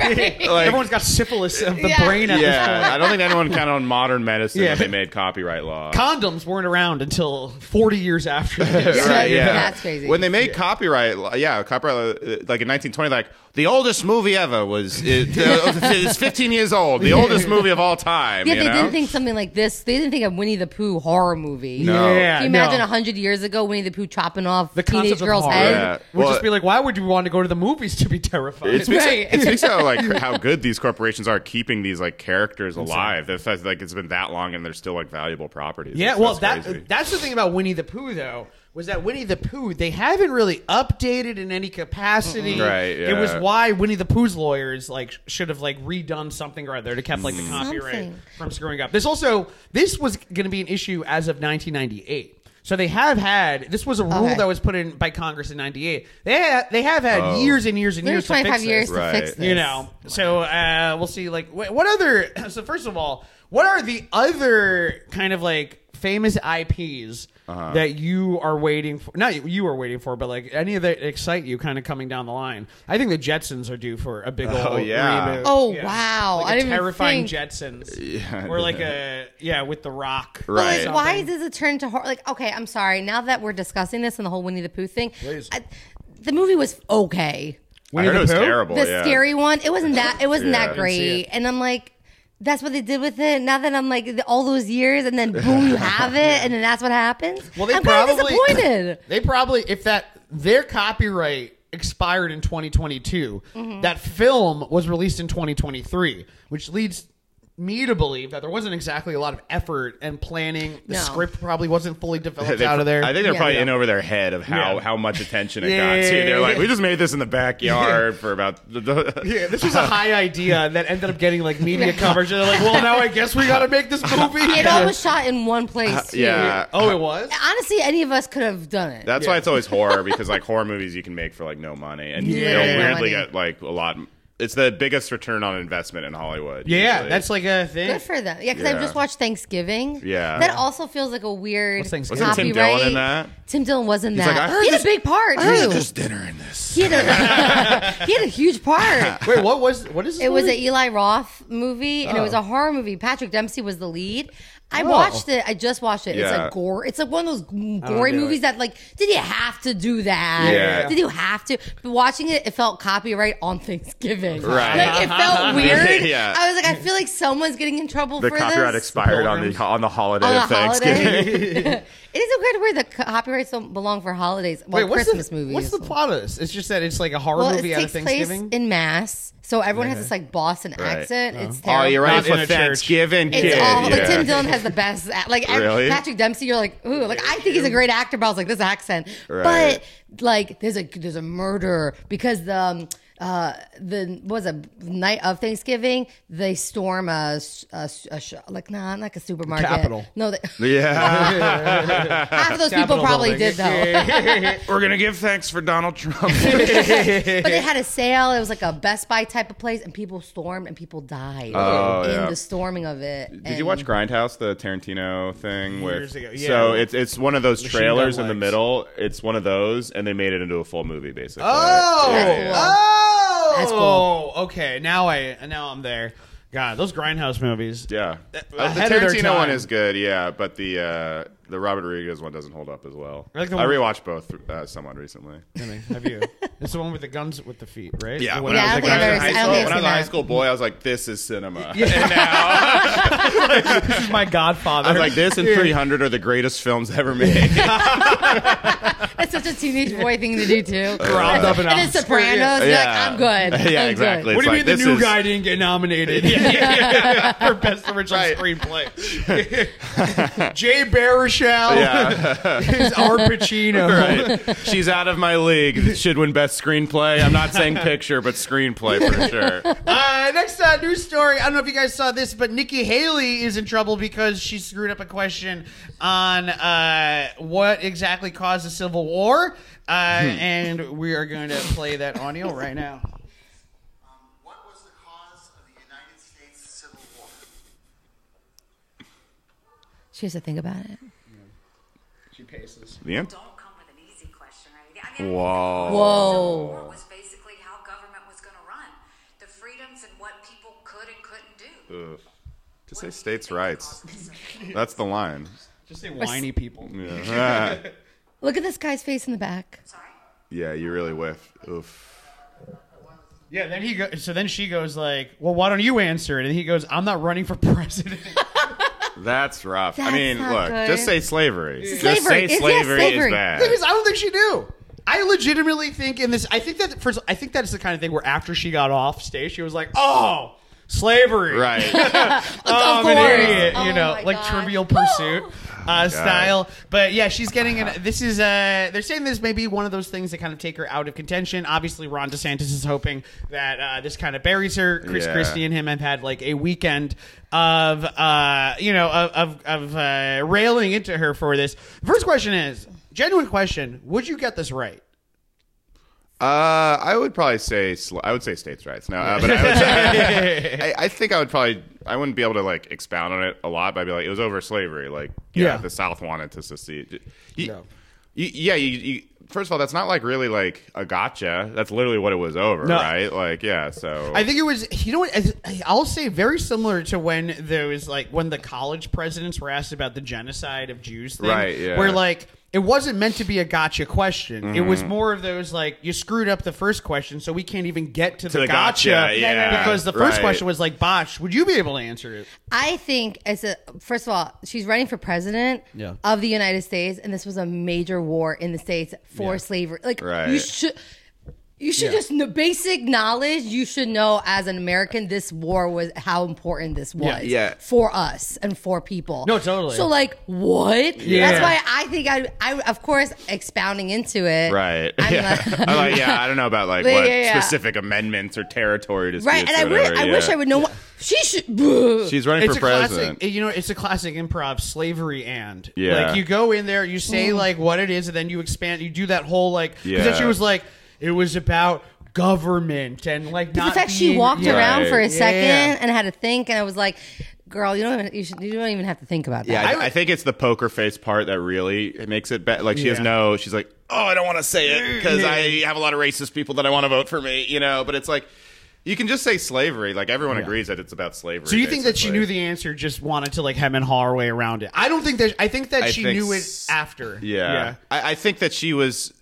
Speaker 2: Everyone's got syphilis of the
Speaker 3: Yeah.
Speaker 2: brain at this point.
Speaker 4: yeah, I don't think anyone counted on modern medicine
Speaker 2: Yeah.
Speaker 4: when they made copyright law.
Speaker 2: Condoms weren't around until 40 years after
Speaker 4: <laughs>
Speaker 2: this.
Speaker 3: Right, yeah. That's crazy.
Speaker 4: When they made copyright, law- yeah, copyright, law, uh, like in 1920, like the oldest movie ever was it,
Speaker 2: <laughs>
Speaker 4: uh, it's 15 years old, the oldest movie of all time.
Speaker 3: Yeah,
Speaker 4: you
Speaker 3: they
Speaker 4: know?
Speaker 3: didn't think something like this. They didn't think of Winnie the Pooh horror movie.
Speaker 4: No.
Speaker 2: Yeah,
Speaker 3: Can you imagine
Speaker 2: no.
Speaker 3: a hundred years ago Winnie the Pooh chopping off
Speaker 2: the
Speaker 3: teenage
Speaker 2: concept of
Speaker 3: girl's
Speaker 2: horror
Speaker 3: head?
Speaker 4: Yeah.
Speaker 2: would
Speaker 4: Well,
Speaker 2: just be like, why would you want to go to the movies to be terrified? <laughs>
Speaker 4: It speaks,
Speaker 3: Right.
Speaker 4: it speaks how like how good these corporations are keeping these like characters alive. The fact that, like it's been that long and they're still like valuable properties.
Speaker 2: Yeah,
Speaker 4: That's-
Speaker 2: well,
Speaker 4: that's
Speaker 2: that
Speaker 4: crazy.
Speaker 2: that's the thing about Winnie the Pooh, though, was that Winnie the Pooh they haven't really updated in any capacity.
Speaker 4: Right,
Speaker 2: It was
Speaker 4: yeah.
Speaker 2: why Winnie the Pooh's lawyers like sh- should have like redone something or other to kept
Speaker 4: Mm.
Speaker 2: like the copyright
Speaker 3: Something.
Speaker 2: from screwing up. This also this was going to be an issue as of 1998. So they have had this was a rule
Speaker 3: Okay.
Speaker 2: that was put in by Congress in '98. They ha- they have had
Speaker 4: Oh.
Speaker 2: years and years and
Speaker 3: There's
Speaker 2: years. to fix
Speaker 3: 25
Speaker 2: this.
Speaker 3: years to
Speaker 4: Right.
Speaker 3: fix this.
Speaker 2: You know, so uh, we'll see. Like, wh- what other? <clears throat> So first of all, what are the other kind of like famous IPs
Speaker 4: Uh-huh.
Speaker 2: that you are waiting for? Not you- you are waiting for, but like any that excite you, kind of coming down the line. I think the Jetsons are due for a big old
Speaker 4: yeah.
Speaker 2: reboot.
Speaker 3: Oh,
Speaker 2: Yeah.
Speaker 3: wow.
Speaker 2: Like a
Speaker 3: I didn't even
Speaker 2: terrifying
Speaker 3: think-
Speaker 4: <laughs>
Speaker 2: Jetsons. or like a yeah with the Rock.
Speaker 4: Right.
Speaker 3: But like, why
Speaker 2: Something.
Speaker 3: does it turn to horror? Like, okay, I'm sorry. Now that we're discussing this and the whole Winnie the Pooh thing, I, the movie was okay.
Speaker 4: I heard
Speaker 2: the
Speaker 4: it was
Speaker 2: Pooh?
Speaker 4: terrible.
Speaker 3: The
Speaker 4: yeah.
Speaker 3: scary one, it wasn't that. It wasn't
Speaker 4: Yeah.
Speaker 3: that
Speaker 4: Didn't
Speaker 2: see
Speaker 3: great.
Speaker 2: it.
Speaker 3: And I'm like, that's what they did with it. Now that I'm like all those years, and then boom, you
Speaker 4: <laughs>
Speaker 3: have it, and then that's what happens.
Speaker 2: Well, they
Speaker 3: I'm kinda
Speaker 2: probably
Speaker 3: disappointed.
Speaker 2: <coughs> They probably if that their copyright expired
Speaker 3: Mm-hmm.
Speaker 2: in 2022, that film was released in 2023, which leads me to believe that there wasn't exactly a lot of effort and planning. The
Speaker 3: No.
Speaker 2: script probably wasn't
Speaker 4: <laughs>
Speaker 2: fully developed
Speaker 4: They-
Speaker 2: out of there.
Speaker 4: I think they're
Speaker 3: Yeah.
Speaker 4: probably in over their head of how,
Speaker 2: Yeah.
Speaker 4: how much attention it
Speaker 2: Yeah,
Speaker 4: got too.
Speaker 2: yeah,
Speaker 4: They're like,
Speaker 2: yeah.
Speaker 4: we just made this in
Speaker 2: <laughs>
Speaker 4: the backyard for about. The, the,
Speaker 2: Yeah, this was a high idea that ended up getting like media coverage. They're like, well, now I guess we got to make
Speaker 4: <laughs>
Speaker 2: this movie.
Speaker 3: It all was shot in one place. too.
Speaker 4: <laughs> Uh, yeah.
Speaker 2: <laughs> oh, it was.
Speaker 3: Honestly, any of us could have done it.
Speaker 4: That's why it's always horror because like horror movies you can make for like no money and
Speaker 2: Yeah.
Speaker 4: you'll weirdly
Speaker 3: No money.
Speaker 4: get like a lot. It's the biggest return on investment in Hollywood.
Speaker 2: Yeah,
Speaker 4: usually.
Speaker 2: that's like a thing.
Speaker 3: Good for them. Yeah, because
Speaker 4: Yeah.
Speaker 3: I've just watched Thanksgiving.
Speaker 4: Yeah.
Speaker 3: That also feels like a weird
Speaker 2: What's Thanksgiving?
Speaker 4: Wasn't
Speaker 3: copyright.
Speaker 4: Tim Dillon in that?
Speaker 3: Tim Dillon was in
Speaker 4: He's
Speaker 3: that.
Speaker 4: like, I heard
Speaker 3: he had
Speaker 4: this-
Speaker 3: a big
Speaker 4: <laughs>
Speaker 3: part, too.
Speaker 4: dinner in this.
Speaker 3: He had a, <laughs> he had a huge
Speaker 4: <laughs>
Speaker 3: part.
Speaker 2: Wait, what was what is this
Speaker 3: It was an
Speaker 2: movie?
Speaker 3: Eli Roth movie, and it was
Speaker 2: Oh.
Speaker 3: a horror movie. Patrick Dempsey was the lead. I
Speaker 2: Oh.
Speaker 3: watched it. I just watched it. It's
Speaker 4: Yeah.
Speaker 3: a gore. It's like one of those g- gory
Speaker 2: do
Speaker 3: movies
Speaker 2: it.
Speaker 3: that, like, did you have to do that?
Speaker 4: Yeah.
Speaker 3: Did you have to? But watching it, it felt copyright on Thanksgiving.
Speaker 4: <laughs> Right.
Speaker 3: Like, it
Speaker 4: <laughs>
Speaker 3: felt weird.
Speaker 4: Yeah.
Speaker 3: I was like, I feel like someone's getting in trouble
Speaker 4: The
Speaker 3: for
Speaker 4: copyright
Speaker 3: this.
Speaker 4: expired on the
Speaker 2: Pilgrims.
Speaker 4: on the holiday
Speaker 3: On
Speaker 4: of
Speaker 3: the
Speaker 4: Thanksgiving. <laughs>
Speaker 3: holiday. <laughs> it is a weird word that copyrights don't belong for holidays. Well,
Speaker 2: Wait, what's
Speaker 3: Christmas
Speaker 2: the,
Speaker 3: movies.
Speaker 2: What's the plot of this? It's just that it's like a horror
Speaker 3: Well, it
Speaker 2: movie out of
Speaker 3: takes place
Speaker 2: Thanksgiving.
Speaker 3: in mass, so everyone has this like Boston
Speaker 4: Right.
Speaker 3: accent. It's
Speaker 4: Oh,
Speaker 3: terrible.
Speaker 4: you're
Speaker 2: Not
Speaker 4: right.
Speaker 2: in a
Speaker 4: for
Speaker 2: church.
Speaker 4: Thanksgiving,
Speaker 3: It's
Speaker 4: kid.
Speaker 3: all like
Speaker 4: Yeah.
Speaker 3: Tim Dillon has the best act. like every-
Speaker 4: Really?
Speaker 3: Patrick Dempsey. You're like ooh, like I think he's a great actor, but I was like this accent.
Speaker 4: Right.
Speaker 3: But like there's a there's a murder because the um, uh the what was a night of Thanksgiving they storm a, s- a s- a sh- like nah like a supermarket
Speaker 2: Capitol.
Speaker 3: No,
Speaker 4: <laughs>
Speaker 3: they,
Speaker 2: <laughs>
Speaker 4: Yeah.
Speaker 3: half of those people
Speaker 2: Capitol
Speaker 3: probably
Speaker 2: building.
Speaker 3: did <laughs> though.
Speaker 2: <laughs>
Speaker 4: We're gonna give thanks for Donald Trump.
Speaker 3: but they had a sale. It was like a Best Buy type of place, and people stormed and people died in
Speaker 4: Oh, yeah.
Speaker 3: the storming of it.
Speaker 4: Did you watch Grindhouse, the Tarantino thing?
Speaker 2: Years
Speaker 4: with,
Speaker 2: ago, yeah.
Speaker 4: So it's it's one of those
Speaker 2: Machine
Speaker 4: trailers
Speaker 2: gun
Speaker 4: in the
Speaker 2: legs.
Speaker 4: middle. It's one of those, and they made it into a full movie, basically.
Speaker 2: Oh,
Speaker 4: Yeah, yeah.
Speaker 2: oh,
Speaker 3: That's cool.
Speaker 2: okay. Now I now I'm there. God, those grindhouse
Speaker 4: <laughs>
Speaker 2: movies.
Speaker 4: Yeah. Uh, the
Speaker 2: Ahead of their
Speaker 4: Tarantino one
Speaker 2: time.
Speaker 4: is good, yeah, but the uh, the Robert Rodriguez one doesn't hold up as well. I,
Speaker 2: I like the one-
Speaker 4: rewatched both uh, somewhat recently.
Speaker 2: I mean, have you? It's the one with the guns with the feet, right? The one
Speaker 4: when
Speaker 3: Yeah, I
Speaker 4: I was,
Speaker 3: don't
Speaker 4: like, when I was
Speaker 3: think
Speaker 4: in
Speaker 3: I've
Speaker 4: high
Speaker 3: ever- I don't
Speaker 4: school,
Speaker 3: think I've seen
Speaker 4: when I was a high
Speaker 3: that.
Speaker 4: school boy, I was like, "This is cinema."
Speaker 2: This is my Godfather.
Speaker 4: I was <laughs> like, "This and 300 are the greatest films ever made."
Speaker 3: That's such a teenage boy thing to do
Speaker 4: <laughs>
Speaker 3: too.
Speaker 2: Robbed up an
Speaker 3: and then
Speaker 2: Oscar, yeah.
Speaker 3: Sopranos. You're like, I'm good.
Speaker 4: Yeah,
Speaker 3: I'm
Speaker 4: exactly.
Speaker 2: What
Speaker 3: Good.
Speaker 2: do you
Speaker 4: It's
Speaker 2: mean the
Speaker 4: like, this
Speaker 2: new
Speaker 4: is-
Speaker 2: guy didn't get
Speaker 4: <laughs>
Speaker 2: nominated <laughs> for best original
Speaker 4: Right. <laughs>
Speaker 2: screenplay? Jay Baruchel
Speaker 4: Yeah.
Speaker 2: is Art Pacino.
Speaker 4: <laughs> Right. She's out of my league. Should win best screenplay. I'm
Speaker 3: <laughs>
Speaker 4: not saying picture, but screenplay for sure.
Speaker 2: Uh, next uh, news story. I don't know if you guys saw this, but Nikki Haley is in trouble because she screwed up a question on uh, what exactly caused the Civil War, uh, and we are going to play that audio right now.
Speaker 5: Um, what was the cause of the United States Civil War?
Speaker 3: She has to think about it.
Speaker 2: She paces.
Speaker 4: Yeah.
Speaker 6: Don't come with an easy question or anything. I mean,
Speaker 4: Wow.
Speaker 3: Whoa.
Speaker 6: It was basically how government was going to run, the freedoms and what people could and couldn't do.
Speaker 4: Ugh. Just
Speaker 6: What do
Speaker 4: say
Speaker 6: you
Speaker 4: states'
Speaker 6: think the
Speaker 4: rights.
Speaker 6: cause of this-
Speaker 4: That's the line.
Speaker 2: Just say whiny people.
Speaker 3: Look at this guy's face in the back.
Speaker 6: Sorry.
Speaker 4: Yeah, you really whiff. Oof.
Speaker 2: Yeah. Then he goes. So then she goes like, "Well, why don't you answer it?" And he goes, "I'm not running for <laughs> president."
Speaker 4: That's rough. I
Speaker 3: That's
Speaker 4: mean,
Speaker 3: not
Speaker 4: look,
Speaker 3: good.
Speaker 4: just say slavery. Just
Speaker 3: Slavery.
Speaker 4: say
Speaker 3: It's- yeah,
Speaker 4: slavery,
Speaker 3: slavery.
Speaker 4: is
Speaker 3: <laughs>
Speaker 2: The thing is,
Speaker 4: bad.
Speaker 2: I don't think she knew. I legitimately think in this. I think that first. I think that's the kind of thing where after she got off stage, she was like, "Oh, slavery."
Speaker 3: <laughs>
Speaker 4: Right. <laughs>
Speaker 2: Oh, I'm
Speaker 3: Of
Speaker 2: an
Speaker 3: course.
Speaker 2: idiot.
Speaker 3: Oh
Speaker 2: you know,
Speaker 3: my
Speaker 2: like
Speaker 3: gosh.
Speaker 2: Trivial Pursuit uh, style. But yeah, she's getting an. This is. Uh, they're saying this may be one of those things that kind of take her out of contention. Obviously, Ron DeSantis is hoping that uh, this kind of buries her. Chris
Speaker 4: Yeah.
Speaker 2: Christie and him have had like a weekend of uh, you know of of, of uh, railing into her for this. First question is genuine question: Would you get this right?
Speaker 4: Uh, I would probably say sl- I would say states' rights. No, uh, but I, would say, I, I think I would probably I wouldn't be able to like expound on it a lot. But I'd be like, it was over slavery. Like, yeah,
Speaker 2: Yeah.
Speaker 4: the South wanted to secede. You-
Speaker 2: No.
Speaker 4: you- yeah. You, you, first of all, that's not like really like a gotcha. That's literally what it was over,
Speaker 2: No.
Speaker 4: right? Like, yeah. So
Speaker 2: I think it was. You know what? as- I'll say very similar to when those like when the college presidents were asked about the genocide of Jews thing,
Speaker 4: Right, yeah.
Speaker 2: Where like it wasn't meant to be a gotcha question. It
Speaker 4: Mm-hmm.
Speaker 2: was more of those like you screwed up the first question, so we can't even get to, the,
Speaker 4: the
Speaker 2: gotcha,
Speaker 4: gotcha, yeah,
Speaker 2: because the first
Speaker 4: right.
Speaker 2: question was like botched. Would you be able to answer it?
Speaker 3: I think as a first of all, she's running for president
Speaker 2: Yeah.
Speaker 3: of the United States, and this was a major war in the states for slavery. Like
Speaker 4: Right.
Speaker 3: you should. You
Speaker 2: Yeah.
Speaker 3: should just know basic knowledge. You should know as an American, this war was how important this was
Speaker 4: yeah.
Speaker 3: for us and for people.
Speaker 2: No, totally.
Speaker 3: So like, what?
Speaker 4: Yeah.
Speaker 3: That's why I think I, I of course, expounding into it.
Speaker 4: Right.
Speaker 3: I'm
Speaker 4: yeah.
Speaker 3: like-
Speaker 4: <laughs> I'm like, yeah, I don't know about like
Speaker 3: Yeah,
Speaker 4: what
Speaker 3: yeah, yeah.
Speaker 4: specific amendments or territory disputes.
Speaker 3: Right, and I,
Speaker 4: or
Speaker 3: wi-
Speaker 4: whatever,
Speaker 3: I wish
Speaker 4: yeah.
Speaker 3: I would know. What, she should.
Speaker 4: She's running
Speaker 2: it's
Speaker 4: for
Speaker 2: a
Speaker 4: president.
Speaker 2: classic. eh, You know, it's a classic improv slavery and
Speaker 4: Yeah.
Speaker 2: Like you go in there, you say
Speaker 3: Mm.
Speaker 2: like what it is, and then you expand. You do that whole like. Because
Speaker 4: Yeah.
Speaker 2: she was like, it was about government and like
Speaker 3: the
Speaker 2: not.
Speaker 3: fact she
Speaker 2: being-
Speaker 3: walked
Speaker 2: yeah.
Speaker 3: around for a
Speaker 4: Right.
Speaker 3: second
Speaker 2: Yeah.
Speaker 3: and had to think, and I was like, "Girl, you don't even, you, should, you don't even have to think about that."
Speaker 4: Yeah, I,
Speaker 2: I would-
Speaker 4: I think it's the poker face part that really makes it bad. Like she has
Speaker 2: Yeah.
Speaker 4: no, she's like, oh, I don't want to say it because I have a lot of racist people that I want to vote for me, you know. But it's like, you can just say slavery. Like everyone agrees that it's about slavery.
Speaker 2: So you think that she
Speaker 4: basically.
Speaker 2: knew the answer, just wanted to like hem and haw her way around it? I don't think that. I think that
Speaker 4: I
Speaker 2: she
Speaker 4: think
Speaker 2: knew it
Speaker 4: s-
Speaker 2: after.
Speaker 4: Yeah, I, I think that she was.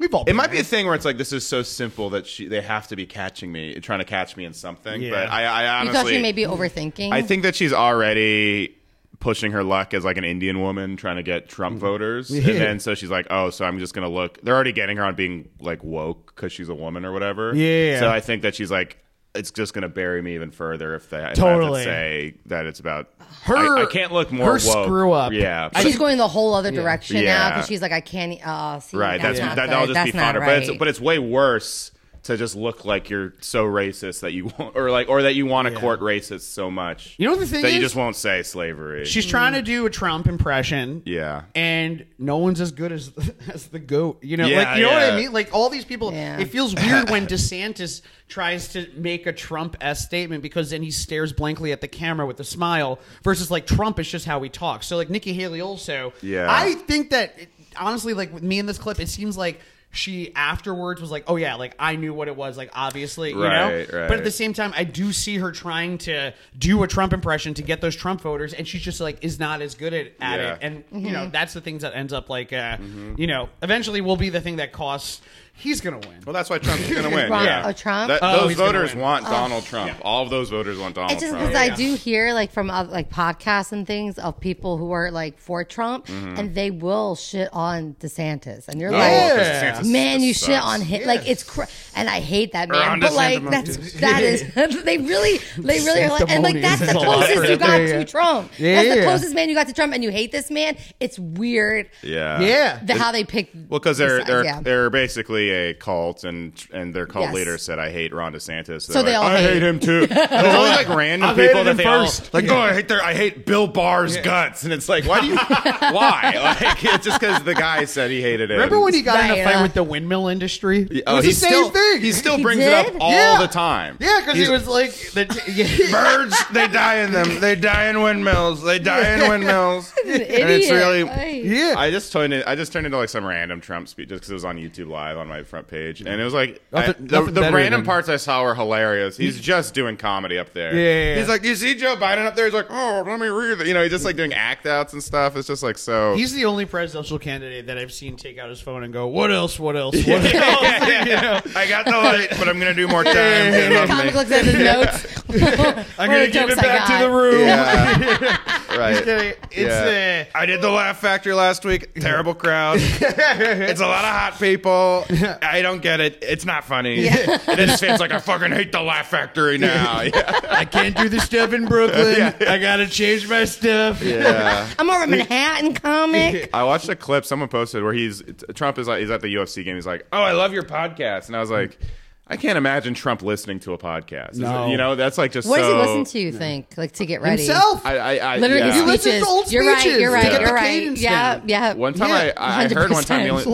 Speaker 2: we've all.
Speaker 4: It might be a thing where it's like this is so simple that she they have to be catching me, trying to catch me in something.
Speaker 2: Yeah.
Speaker 4: But I, I
Speaker 3: you
Speaker 4: honestly
Speaker 3: thought she may be overthinking.
Speaker 4: I think that she's already pushing her luck as like an Indian woman trying to get Trump
Speaker 2: Mm-hmm.
Speaker 4: voters. And then so she's like, oh, so I'm just going to look. They're already getting her on being like woke because she's a woman or whatever.
Speaker 2: Yeah.
Speaker 4: So I think that she's like, it's just going to bury me even further if they if I have
Speaker 2: Totally.
Speaker 4: to say that it's about
Speaker 2: Her-
Speaker 4: I, I can't look more
Speaker 2: her
Speaker 4: woke.
Speaker 2: screw up.
Speaker 4: Yeah.
Speaker 2: I
Speaker 3: she's
Speaker 2: think-
Speaker 3: going the whole other direction now
Speaker 4: Yeah.
Speaker 3: because she's like, I can't. Uh, see,
Speaker 4: right. That's,
Speaker 3: that's not
Speaker 4: that,
Speaker 3: good.
Speaker 4: that'll just
Speaker 3: That's
Speaker 4: be
Speaker 3: not
Speaker 4: fodder.
Speaker 3: Right.
Speaker 4: But it's but it's way worse. To just look like you're so racist that you <laughs> want, or like, or that you want to
Speaker 2: Yeah.
Speaker 4: court racists so much,
Speaker 2: You know what the thing
Speaker 4: that you
Speaker 2: is?
Speaker 4: just won't say slavery.
Speaker 2: She's trying to do a Trump impression.
Speaker 4: Yeah.
Speaker 2: And no one's as good as <laughs> as the goat. You know,
Speaker 4: Yeah,
Speaker 2: like you know what I
Speaker 4: yeah.
Speaker 2: mean? Like all these people
Speaker 3: Yeah.
Speaker 2: it feels weird
Speaker 4: <laughs>
Speaker 2: when DeSantis tries to make a Trump S statement because then he stares blankly at the camera with a smile versus like Trump is just how he talks. So like Nikki Haley also.
Speaker 4: Yeah.
Speaker 2: I think that honestly, like with me in this clip, it seems like she afterwards was like, "Oh yeah, like I knew what it was." Like obviously, you
Speaker 4: Right,
Speaker 2: know.
Speaker 4: right.
Speaker 2: But at the same time, I do see her trying to do a Trump impression to get those Trump voters, and she's just like is not as good at, at
Speaker 4: Yeah. Mm-hmm.
Speaker 2: it. And you
Speaker 3: Mm-hmm.
Speaker 2: know, that's the things that ends up like, uh, you know, eventually will be the thing that costs. He's gonna win.
Speaker 4: Well, that's why Trump's going to win.
Speaker 3: <laughs> Ron-
Speaker 4: yeah.
Speaker 3: oh, Trump?
Speaker 4: That-
Speaker 2: Oh,
Speaker 4: those
Speaker 2: he's gonna
Speaker 4: voters
Speaker 2: win.
Speaker 4: want Donald Trump. All of those voters want Donald
Speaker 3: It's just
Speaker 4: Trump.
Speaker 3: because I do hear like from other, like podcasts and things of people who are like for Trump and they will shit on DeSantis and you're
Speaker 4: Mm-hmm. Oh,
Speaker 3: like,
Speaker 4: 'cause
Speaker 2: Yeah.
Speaker 4: DeSantis
Speaker 3: man, you
Speaker 4: sucks.
Speaker 3: shit on him. Like it's cr- and I hate that man,
Speaker 4: on
Speaker 3: but like
Speaker 4: DeSantis.
Speaker 3: that's that is <laughs>
Speaker 4: <laughs>
Speaker 3: they really they really are like and like that's the
Speaker 2: Sanctimonious.
Speaker 3: closest you got
Speaker 2: Yeah.
Speaker 3: to Trump. That's the
Speaker 2: Yeah.
Speaker 3: closest man you got to Trump, and you hate this man. It's weird
Speaker 4: Yeah.
Speaker 2: Yeah.
Speaker 3: the, how they pick.
Speaker 4: Well, because they're
Speaker 3: sides,
Speaker 4: they're
Speaker 3: yeah.
Speaker 4: they're basically a cult, and and their cult
Speaker 3: Yes.
Speaker 4: leader said, "I hate Ron DeSantis." They're
Speaker 3: So they
Speaker 4: like,
Speaker 3: all
Speaker 4: I
Speaker 3: hate.
Speaker 4: hate
Speaker 3: <laughs>
Speaker 4: him too. There's only like random
Speaker 2: I've
Speaker 4: people
Speaker 2: hated
Speaker 4: that
Speaker 2: him
Speaker 4: they
Speaker 2: first.
Speaker 4: all like. Oh, I hate their I hate Bill Barr's guts, and it's like, why do
Speaker 2: <laughs>
Speaker 4: you? why? Like, it's just because the guy said he hated it.
Speaker 2: Remember when he got in
Speaker 3: Right,
Speaker 2: a fight
Speaker 3: uh,
Speaker 2: with the windmill industry?
Speaker 4: Oh,
Speaker 2: it was
Speaker 4: he's
Speaker 2: the same
Speaker 4: still,
Speaker 2: thing.
Speaker 4: He still
Speaker 3: He
Speaker 4: brings it up
Speaker 3: did?
Speaker 4: all
Speaker 2: Yeah.
Speaker 4: the time.
Speaker 2: yeah, because he
Speaker 4: He's-
Speaker 2: was like the.
Speaker 4: <laughs>
Speaker 2: yeah.
Speaker 4: birds they die in them they die in windmills they
Speaker 3: <laughs>
Speaker 4: die in windmills
Speaker 3: an
Speaker 4: and it's
Speaker 3: idiot.
Speaker 4: really
Speaker 3: Ay.
Speaker 2: Yeah.
Speaker 4: i just turned it i just turned into like some random trump speech just because it was on youtube live on my front page and it was like I-
Speaker 2: Nothing-
Speaker 4: the,
Speaker 2: nothing
Speaker 4: the
Speaker 2: better
Speaker 4: random
Speaker 2: than-
Speaker 4: parts i saw were hilarious he's just doing comedy up there
Speaker 2: Yeah.
Speaker 4: he's like you see joe biden up there he's like oh let me read it you know he's just like doing act outs and stuff it's just like so
Speaker 2: He's the only presidential candidate that I've seen take out his phone and go, "What else? What else? What else?" <laughs>
Speaker 4: I got the light, but I'm gonna do <laughs> more time. Get it
Speaker 3: the
Speaker 4: off me.
Speaker 3: comic looks at his
Speaker 4: <laughs>
Speaker 3: notes.
Speaker 2: I'm
Speaker 3: What are
Speaker 2: gonna
Speaker 3: the
Speaker 2: give
Speaker 3: jokes
Speaker 2: it
Speaker 3: I
Speaker 2: back to
Speaker 3: got?
Speaker 2: the room.
Speaker 4: Yeah. <laughs> right.
Speaker 2: It's, uh,
Speaker 4: I did the Laugh Factory last week.
Speaker 3: <laughs>
Speaker 4: Terrible crowd. it's a lot of hot people. I don't get it. It's not funny. and then his fan's like, I fucking hate the Laugh Factory now. <laughs> Yeah.
Speaker 2: I can't do the stuff in
Speaker 4: <laughs>
Speaker 2: Brooklyn. I gotta change my stuff.
Speaker 3: I'm more of a Manhattan comic.
Speaker 4: I watched a clip someone posted where he's Trump is like he's at the UFC game. He's like, "Oh, I love your podcast," and I was like, "I can't imagine Trump listening to a podcast." Is it-
Speaker 2: No.
Speaker 4: you know that's like just
Speaker 3: What
Speaker 4: so.
Speaker 3: does he listen to? You think like to get ready?
Speaker 2: Himself.
Speaker 4: I, I, I
Speaker 3: Literally
Speaker 4: yeah.
Speaker 2: listens
Speaker 3: speeches.
Speaker 2: to old
Speaker 3: you're right. You're
Speaker 2: speeches to
Speaker 3: right.
Speaker 2: get
Speaker 3: You're
Speaker 2: the
Speaker 3: right.
Speaker 2: cadence
Speaker 3: Yeah.
Speaker 2: down.
Speaker 3: Yeah.
Speaker 4: One time
Speaker 2: Yeah,
Speaker 4: I, I heard one time
Speaker 3: 100%.
Speaker 4: the <laughs> only-
Speaker 2: It's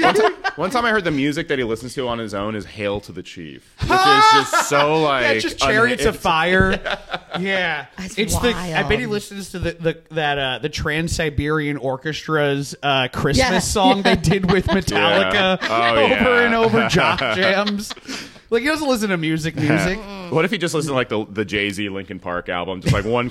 Speaker 2: electric. <laughs>
Speaker 4: One time I heard the music that he listens to on his own is Hail to
Speaker 2: <laughs>
Speaker 4: the Chief, which is just so like.
Speaker 2: yeah, just chariots
Speaker 4: un-
Speaker 2: of
Speaker 4: <laughs>
Speaker 2: fire. Yeah,
Speaker 3: That's
Speaker 2: it's the. I bet he
Speaker 3: wild.
Speaker 2: listens to the, the that uh, the Trans Siberian Orchestra's uh, Christmas
Speaker 3: Yeah.
Speaker 2: song they did
Speaker 3: <laughs>
Speaker 2: with
Speaker 4: Yeah.
Speaker 2: Metallica
Speaker 4: Oh,
Speaker 2: over
Speaker 4: yeah.
Speaker 2: and
Speaker 4: <laughs>
Speaker 2: over jock jams. Like he doesn't listen to music, music.
Speaker 4: What if he just listened to like the, the Jay Z Linkin Park album, just like one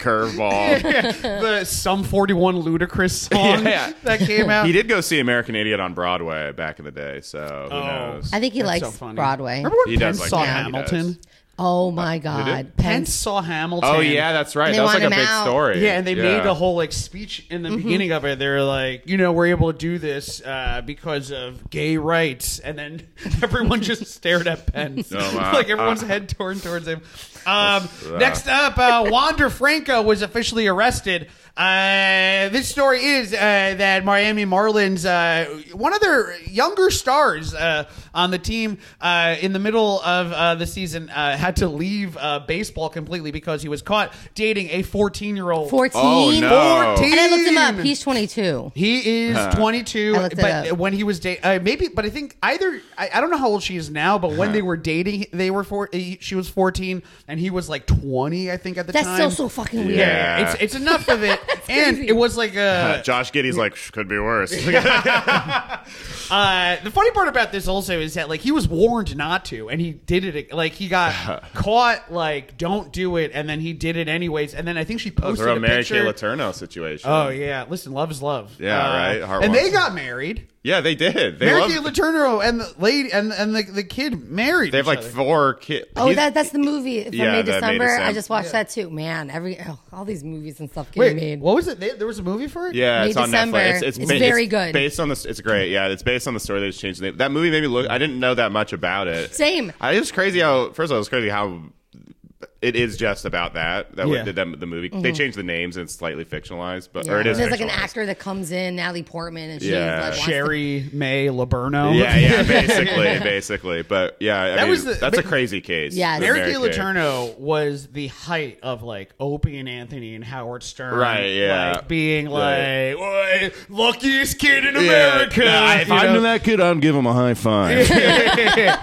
Speaker 2: <laughs>
Speaker 4: curveball?
Speaker 2: the Sum 41 Ludicrous song
Speaker 4: <laughs> Yeah.
Speaker 2: that came out.
Speaker 4: He did go see American Idiot on Broadway back in the day, so who knows?
Speaker 3: I think he
Speaker 2: That's
Speaker 3: likes
Speaker 2: so funny.
Speaker 3: Broadway.
Speaker 2: Remember when
Speaker 4: He
Speaker 2: Penn
Speaker 4: does like
Speaker 2: saw
Speaker 4: that. He
Speaker 2: Hamilton?
Speaker 4: does.
Speaker 3: Oh my God,
Speaker 4: did?
Speaker 2: Pence
Speaker 3: Pence.
Speaker 2: saw Hamilton.
Speaker 4: Oh yeah, that's right.
Speaker 3: They
Speaker 4: That was
Speaker 3: want
Speaker 4: like a
Speaker 3: him
Speaker 4: big
Speaker 3: out.
Speaker 4: story.
Speaker 2: Yeah, and they made
Speaker 4: Yeah.
Speaker 2: a whole like speech in the beginning of it. They were like, you know, we're able to do this uh, because of gay rights, and then <laughs> everyone just stared at Pence,
Speaker 4: Oh,
Speaker 2: <laughs>
Speaker 4: wow.
Speaker 2: like everyone's
Speaker 4: Uh,
Speaker 2: head torn towards him. Um,
Speaker 4: uh,
Speaker 2: next up, uh, Wander Franco was officially arrested. Uh, this story is uh, that Miami Marlins, uh, one of their younger stars uh, on the team, uh, in the middle of uh, the season, uh, had to leave uh, baseball completely because he was caught dating a 14 year old.
Speaker 3: Fourteen.
Speaker 4: Oh, no.
Speaker 2: 14.
Speaker 3: And I looked him up. He's twenty-two.
Speaker 2: He is 22,
Speaker 3: I looked it
Speaker 2: but
Speaker 3: up.
Speaker 2: when he was dating, uh, maybe, but I think either I, I don't know how old she is now, but when they were dating, they were four. he- She was 14, and he was like 20, I think, at the
Speaker 3: That's
Speaker 2: time.
Speaker 3: still so fucking weird.
Speaker 2: yeah,
Speaker 4: Yeah. Uh,
Speaker 2: it's it's enough of
Speaker 4: <laughs>
Speaker 2: it, and
Speaker 3: crazy.
Speaker 2: it was like a.
Speaker 4: Josh Giddy's like "Shh, could
Speaker 2: <laughs>
Speaker 4: be worse.
Speaker 2: Uh, the funny part about this also is that like he was warned not to, and he did it. Like he
Speaker 4: <laughs>
Speaker 2: got caught, like don't do it, and then he did it anyways. And then I think she
Speaker 4: It was
Speaker 2: posted
Speaker 4: a
Speaker 2: a
Speaker 4: Mary Kay
Speaker 2: picture.
Speaker 4: Letourneau situation.
Speaker 2: Oh yeah, listen, love is love. Uh,
Speaker 4: Yeah, right? Heart
Speaker 2: And they
Speaker 4: wants-
Speaker 2: got married.
Speaker 4: yeah, they did. They
Speaker 2: Mary
Speaker 4: loved-
Speaker 2: Kay Letourneau and the lady and and the, the kid married.
Speaker 4: They have
Speaker 2: each
Speaker 4: like
Speaker 2: other.
Speaker 4: four kids.
Speaker 3: Oh, that, that's the movie from
Speaker 4: Yeah,
Speaker 3: May
Speaker 4: that May
Speaker 3: December. I
Speaker 4: December.
Speaker 3: just watched that too. Man, every oh, all these movies and stuff
Speaker 2: Wait,
Speaker 3: getting made.
Speaker 2: what was it? They, there was a movie for it.
Speaker 4: Yeah,
Speaker 3: May
Speaker 4: it's on
Speaker 3: December.
Speaker 4: Netflix.
Speaker 3: It's very good.
Speaker 4: Based on this, it's great. Yeah, it's based on the story. They just changed the name. That movie made me look. I didn't know that much about it.
Speaker 3: Same.
Speaker 4: I, it was crazy how. First of all, it was crazy how it is just about that. That
Speaker 2: Yeah.
Speaker 4: what did that the movie. They changed the names and it's slightly fictionalized, but or it
Speaker 3: Mm-hmm. Yeah.
Speaker 4: is
Speaker 3: There's like an
Speaker 4: fictionalized.
Speaker 3: actor that comes in, Natalie Portman, and she's
Speaker 4: Yeah.
Speaker 3: like wants to-
Speaker 2: Sherry May Laberno.
Speaker 4: Yeah,
Speaker 3: <laughs>
Speaker 4: yeah, basically, basically. But yeah, I
Speaker 2: That
Speaker 4: mean,
Speaker 2: was the-
Speaker 4: that's a crazy case.
Speaker 3: Yeah,
Speaker 4: the
Speaker 3: Mary
Speaker 2: Mary Kay Letourneau was the height of like Opie and Anthony and Howard Stern,
Speaker 4: Right, yeah.
Speaker 2: like, being
Speaker 4: Right.
Speaker 2: like "Why, luckiest kid in
Speaker 4: Yeah.
Speaker 2: America.
Speaker 4: Nah, if
Speaker 2: you
Speaker 4: I
Speaker 2: know?
Speaker 4: knew that kid, I'd give him a high five.
Speaker 3: And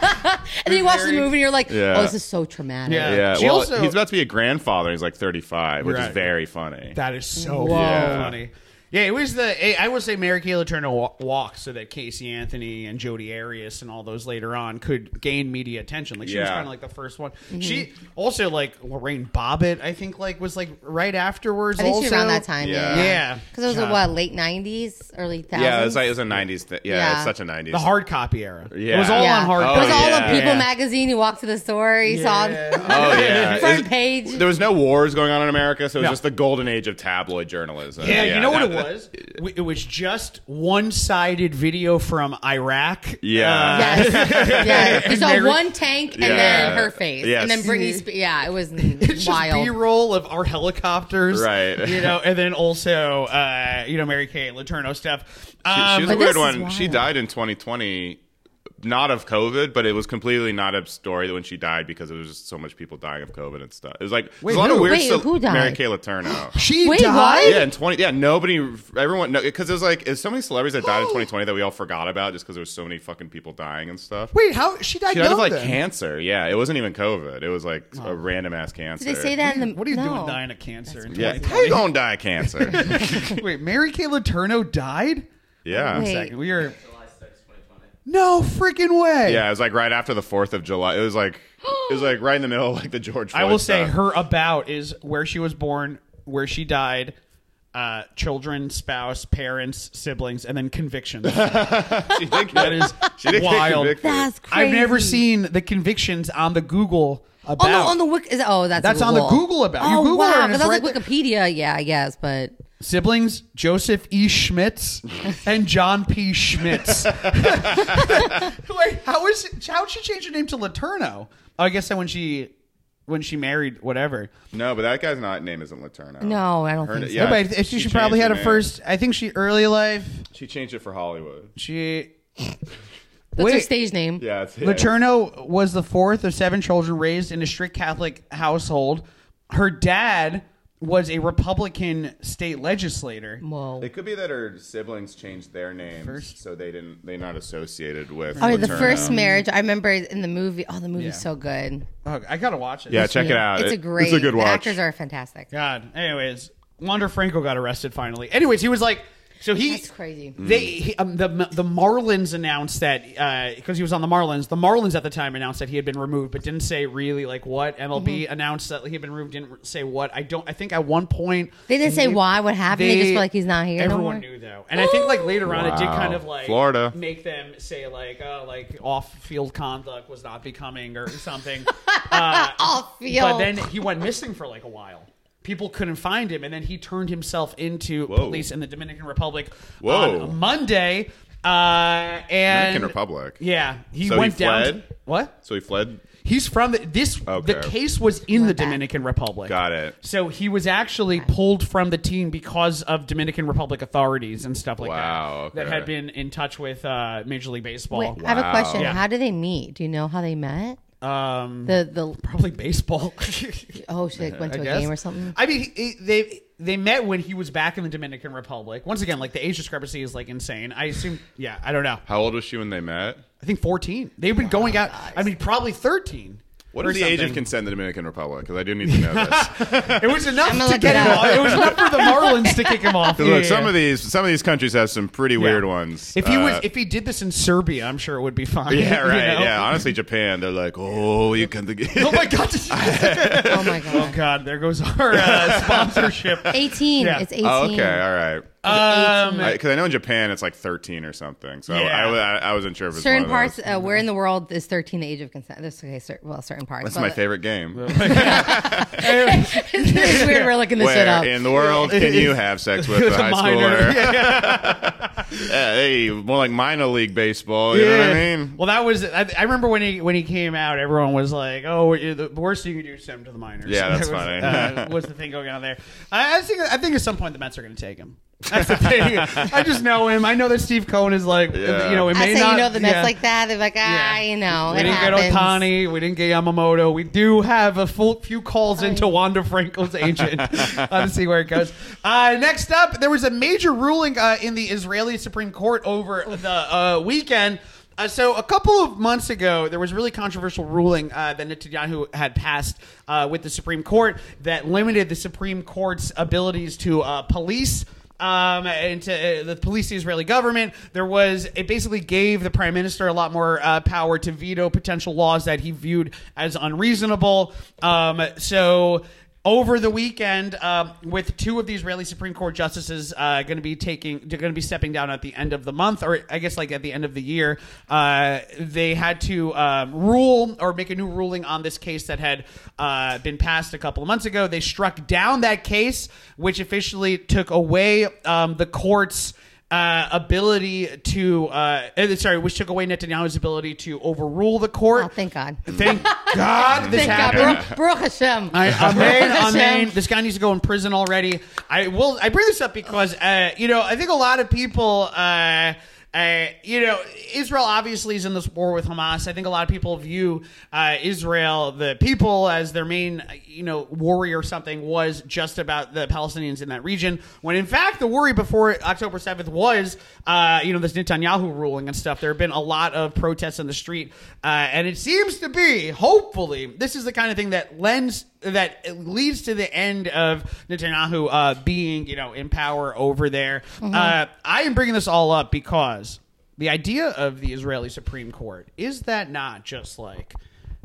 Speaker 3: then you watch the movie, and you're like,
Speaker 4: Yeah.
Speaker 3: oh, this is so traumatic.
Speaker 2: Yeah.
Speaker 4: yeah,
Speaker 2: She
Speaker 4: well,
Speaker 2: also-
Speaker 4: he's about to be a grandfather. He's like 35, which
Speaker 2: Right.
Speaker 4: is very funny.
Speaker 2: That is so
Speaker 4: Yeah.
Speaker 2: funny. Yeah, it was the. eh, I would say Mary Kay Letourneau wa- walked so that Casey Anthony and Jodi Arias and all those later on could gain media attention. Like she was
Speaker 4: Yeah.
Speaker 2: kind of like the first one.
Speaker 3: Mm-hmm.
Speaker 2: She also like Lorraine Bobbitt. I think like was like right afterwards.
Speaker 3: I think
Speaker 2: also
Speaker 3: she's around that time.
Speaker 4: Yeah.
Speaker 2: Yeah.
Speaker 3: Because it was
Speaker 2: God.
Speaker 3: like, what late '90s, early 2000s.
Speaker 4: yeah, it's like it was a 90s. Th- yeah,
Speaker 3: Yeah.
Speaker 4: it's such a 90s.
Speaker 2: the hard copy era. it
Speaker 4: Yeah.
Speaker 2: was all
Speaker 3: Yeah.
Speaker 2: on hard.
Speaker 4: Oh,
Speaker 3: it was
Speaker 2: copy.
Speaker 3: all
Speaker 4: yeah.
Speaker 3: on People
Speaker 2: Yeah.
Speaker 3: magazine. You walked to the store, you saw
Speaker 4: Oh yeah,
Speaker 3: front
Speaker 4: It's-
Speaker 3: page.
Speaker 4: There was no wars going on in America, so it was
Speaker 2: No.
Speaker 4: just the golden age of tabloid journalism.
Speaker 2: Yeah, you know what
Speaker 4: that-
Speaker 2: it was? We- It was just one-sided video from Iraq.
Speaker 4: Yeah.
Speaker 2: Uh,
Speaker 3: yes,
Speaker 4: <laughs>
Speaker 3: yes. You saw
Speaker 2: Mary-
Speaker 3: one tank and
Speaker 4: Yeah.
Speaker 3: then her face, and then
Speaker 4: Yes.
Speaker 3: Britney. Spe- yeah, it was
Speaker 2: <laughs> Mm-hmm. <laughs> it's just
Speaker 3: wild.
Speaker 2: b-roll of our helicopters
Speaker 4: Right.
Speaker 2: you know and then also uh you know mary kay letourneau stuff
Speaker 4: She,
Speaker 2: um
Speaker 4: she was a
Speaker 3: But this
Speaker 4: weird
Speaker 3: is
Speaker 4: one. She
Speaker 3: wild.
Speaker 4: died in 2020, not of COVID, but it was completely not a story when she died because it was just so much people dying of COVID and stuff. It was like it was a lot
Speaker 2: who?
Speaker 4: of weird
Speaker 3: Wait,
Speaker 4: stuff.
Speaker 3: who died?
Speaker 4: Mary Kay Letourneau.
Speaker 2: <gasps> she
Speaker 3: Wait,
Speaker 2: died
Speaker 3: what?
Speaker 4: Yeah, in twenty. Yeah, nobody, everyone, because it was like there's so many celebrities
Speaker 2: <gasps>
Speaker 4: that died in 2020 that we all forgot about just because there was so many fucking people dying and stuff.
Speaker 2: wait how she died
Speaker 4: she died
Speaker 2: young
Speaker 4: of like
Speaker 2: then?
Speaker 4: cancer. Yeah, it wasn't even COVID. It was like
Speaker 2: Oh.
Speaker 4: a random ass cancer.
Speaker 3: Did they say that in the?
Speaker 2: what are you
Speaker 3: no.
Speaker 2: doing dying of cancer in
Speaker 4: Yeah,
Speaker 2: 2020?
Speaker 4: how you gonna die of cancer?
Speaker 2: <laughs> wait mary kay letourneau died
Speaker 4: yeah.
Speaker 3: Wait.
Speaker 2: Second, we are no freaking way
Speaker 4: Yeah, it was like right after the Fourth of July. It was like it was like right in the middle, of like the George. Floyd
Speaker 2: i will say
Speaker 4: stuff.
Speaker 2: her about is where she was born where she died uh children spouse parents siblings and then convictions
Speaker 4: <laughs> She did get-
Speaker 2: that is
Speaker 4: she did get
Speaker 2: wild
Speaker 4: convicted.
Speaker 3: That's crazy.
Speaker 2: i've never seen the convictions on the google about
Speaker 3: Oh no, on the wiki. Is, oh, that's
Speaker 2: That's on the Google about. You
Speaker 3: Oh
Speaker 2: Google it
Speaker 3: wow,
Speaker 2: and
Speaker 3: because
Speaker 2: it's right
Speaker 3: that's like Wikipedia. Yeah, I guess, but
Speaker 2: siblings Joseph E. Schmitz and John P. Schmitz. Wait, how is how would she change her name to Laterno? Oh, I guess that when she when she married whatever.
Speaker 4: No, but that guy's not name isn't Laterno.
Speaker 3: No, I don't
Speaker 4: Her-
Speaker 3: think so.
Speaker 4: yeah,
Speaker 2: No, but I- she,
Speaker 4: changed
Speaker 2: probably had
Speaker 4: her
Speaker 2: a
Speaker 4: name.
Speaker 2: first. I think she early life.
Speaker 4: She changed it for Hollywood.
Speaker 2: She
Speaker 3: that's her
Speaker 2: Wait.
Speaker 3: stage name.
Speaker 4: Yeah, it's yeah.
Speaker 2: Laterno was the fourth of seven children raised in a strict Catholic household. Her dad was a Republican state legislator.
Speaker 3: Whoa.
Speaker 4: It could be that her siblings changed their names, so they didn't. They're not associated with.
Speaker 3: Oh, the
Speaker 4: Letourneau.
Speaker 3: first marriage. I remember in the movie. Oh, the movie's
Speaker 2: Yeah.
Speaker 3: so good.
Speaker 2: Oh, I gotta watch it.
Speaker 4: Yeah, check it out.
Speaker 3: It's
Speaker 4: It-
Speaker 3: a great.
Speaker 4: It's a good
Speaker 3: the
Speaker 4: watch.
Speaker 3: Actors are fantastic.
Speaker 2: God. Anyways, Wander Franco got arrested finally. Anyways, he was like, So he
Speaker 3: That's crazy.
Speaker 2: They he, um, the the Marlins announced that because he was on the Marlins. The Marlins at the time announced that he had been removed, but didn't say really like what. MLB
Speaker 3: Mm-hmm.
Speaker 2: announced that he had been removed, didn't say what. I don't. I think at one point
Speaker 3: They didn't say why, what happened. They, just were like, he's not here. no
Speaker 2: Everyone
Speaker 3: more.
Speaker 2: knew though, and I think like later on it did
Speaker 4: Wow.
Speaker 2: kind of like
Speaker 4: Florida.
Speaker 2: make them say like oh like off field conduct was not becoming or
Speaker 3: <laughs>
Speaker 2: something. uh,
Speaker 3: Off field.
Speaker 2: But then he went missing for like a while. People couldn't find him, and then he turned himself into
Speaker 4: Whoa.
Speaker 2: police in the Dominican Republic
Speaker 4: Whoa.
Speaker 2: on Monday. Uh, and
Speaker 4: Dominican Republic.
Speaker 2: Yeah, he
Speaker 4: So he
Speaker 2: went down.
Speaker 4: fled?
Speaker 2: what?
Speaker 4: So he fled.
Speaker 2: He's from the, this. The
Speaker 4: Okay.
Speaker 2: case was in the
Speaker 3: back.
Speaker 2: Dominican Republic.
Speaker 4: Got it.
Speaker 2: So he was actually pulled from the team because of Dominican Republic authorities and stuff like
Speaker 4: Wow,
Speaker 2: that that
Speaker 4: okay.
Speaker 2: had been in touch with uh, Major League
Speaker 3: Wait,
Speaker 2: Baseball.
Speaker 3: I have a question.
Speaker 2: Yeah.
Speaker 3: How do they meet? Do you know how they met?
Speaker 2: Um,
Speaker 3: The the
Speaker 2: probably baseball. <laughs>
Speaker 3: oh shit went to a
Speaker 2: guess.
Speaker 3: game
Speaker 2: <laughs>
Speaker 3: or something.
Speaker 2: I mean, he, he- they they met when he was back in the Dominican Republic. Once again, like the age discrepancy is like insane. I assume. Yeah, I don't know.
Speaker 4: How old was she when they met?
Speaker 2: I think fourteen. They've been going out. I mean, probably thirteen.
Speaker 4: What
Speaker 2: or
Speaker 4: is the age of
Speaker 2: something.
Speaker 4: consent in the Dominican Republic? Because I do need to
Speaker 2: <laughs>
Speaker 4: know this.
Speaker 2: It
Speaker 3: <laughs>
Speaker 2: was enough
Speaker 3: gonna
Speaker 2: to
Speaker 3: look
Speaker 2: get
Speaker 3: it
Speaker 2: him
Speaker 3: up.
Speaker 2: off. It was enough for the Marlins to
Speaker 4: <laughs>
Speaker 2: kick him off.
Speaker 4: 'Cause
Speaker 2: Yeah,
Speaker 4: look, some
Speaker 2: yeah.
Speaker 4: of these some of these countries have some pretty weird
Speaker 2: Yeah.
Speaker 4: ones.
Speaker 2: If he was,
Speaker 4: Uh, <laughs>
Speaker 2: if he did this in Serbia, I'm sure it would be fine. <laughs>
Speaker 4: yeah,
Speaker 2: you
Speaker 4: right.
Speaker 2: know?
Speaker 4: Yeah, honestly, Japan, they're like, oh, you can.
Speaker 2: Oh my god!
Speaker 3: Oh my god.
Speaker 2: <laughs> oh god! There goes our uh,
Speaker 4: <laughs>
Speaker 2: sponsorship.
Speaker 3: Eighteen.
Speaker 2: Yeah.
Speaker 3: It's eighteen.
Speaker 4: <laughs> Oh, okay, all right.
Speaker 2: Um,
Speaker 4: Because I know in Japan it's like 13 or something, so
Speaker 2: Yeah.
Speaker 4: I, I, I wasn't sure if it's
Speaker 3: certain parts. Uh, where in
Speaker 2: Mm-hmm.
Speaker 3: the world is thirteen the age of consent? That's okay. Cer- well, certain parts.
Speaker 4: That's
Speaker 3: but- <laughs>
Speaker 4: my favorite game.
Speaker 3: it's
Speaker 2: <laughs>
Speaker 3: weird. We're looking this shit
Speaker 4: Where
Speaker 3: up.
Speaker 4: in the world can you have sex with a
Speaker 2: It's a
Speaker 4: high
Speaker 2: minor.
Speaker 4: schooler?
Speaker 2: <laughs>
Speaker 4: <laughs> Yeah, hey, more like minor league baseball. You know what I mean?
Speaker 2: Well, that was. I, I remember when he when he came out, everyone was like, "Oh, you- the worst thing you could do is send him to the minors." <laughs>
Speaker 4: Yeah, that's
Speaker 2: That was,
Speaker 4: funny.
Speaker 2: Uh, was the thing going on there? I, I think. I think at some point the Mets are going to take him. That's the
Speaker 4: <laughs>
Speaker 2: thing. I just know him. I know that Steve Cohen is like,
Speaker 4: Yeah.
Speaker 2: you know, it
Speaker 3: I
Speaker 2: may
Speaker 3: say
Speaker 2: not.
Speaker 3: you know the Mets
Speaker 2: yeah.
Speaker 3: like that. They're like ah, you know.
Speaker 2: We
Speaker 3: it
Speaker 2: didn't get
Speaker 3: happens.
Speaker 2: Otani. We didn't get Yamamoto. We do have a full few calls into Wanda Frankel's agent <laughs> uh, to see where it goes. Uh, next up, there was a major ruling uh, in the Israeli Supreme Court over the uh, weekend. Uh, so a couple of months ago, there was a really controversial ruling uh, that Netanyahu had passed uh, with the Supreme Court that limited the Supreme Court's abilities to uh, police um, and to uh, the police, the Israeli government. There was it basically gave the prime minister a lot more uh, power to veto potential laws that he viewed as unreasonable. Um, so. Over the weekend, um, with two of the Israeli Supreme Court justices uh, going to be taking, they're going to be stepping down at the end of the month, or I guess like at the end of the year, uh, they had to um, rule or make a new ruling on this case that had uh, been passed a couple of months ago. They struck down that case, which officially took away um, the court's uh, ability to, uh, eh, sorry, which took away Netanyahu's ability to overrule the court.
Speaker 3: Oh, thank God.
Speaker 2: Thank
Speaker 3: <laughs>
Speaker 2: God this
Speaker 3: Thank God.
Speaker 2: happened.
Speaker 3: Baruch, Baruch Hashem. <laughs>
Speaker 2: I, amen,
Speaker 3: Hashem.
Speaker 2: amen. This guy needs to go in prison already. I will. I bring this up because uh, you know I think a lot of people. Uh, uh, you know, Israel obviously is in this war with Hamas. I think a lot of people view uh, Israel, the people, as their main, you know, worry or something was just about the Palestinians in that region. When in fact, the worry before October seventh was, uh, you know, this Netanyahu ruling and stuff. There have been a lot of protests on the street, uh, and it seems to be, hopefully, this is the kind of thing that lends that leads to the end of Netanyahu uh, being, you know, in power over there. Uh, I am bringing this all up because the idea of the Israeli Supreme Court is that not just like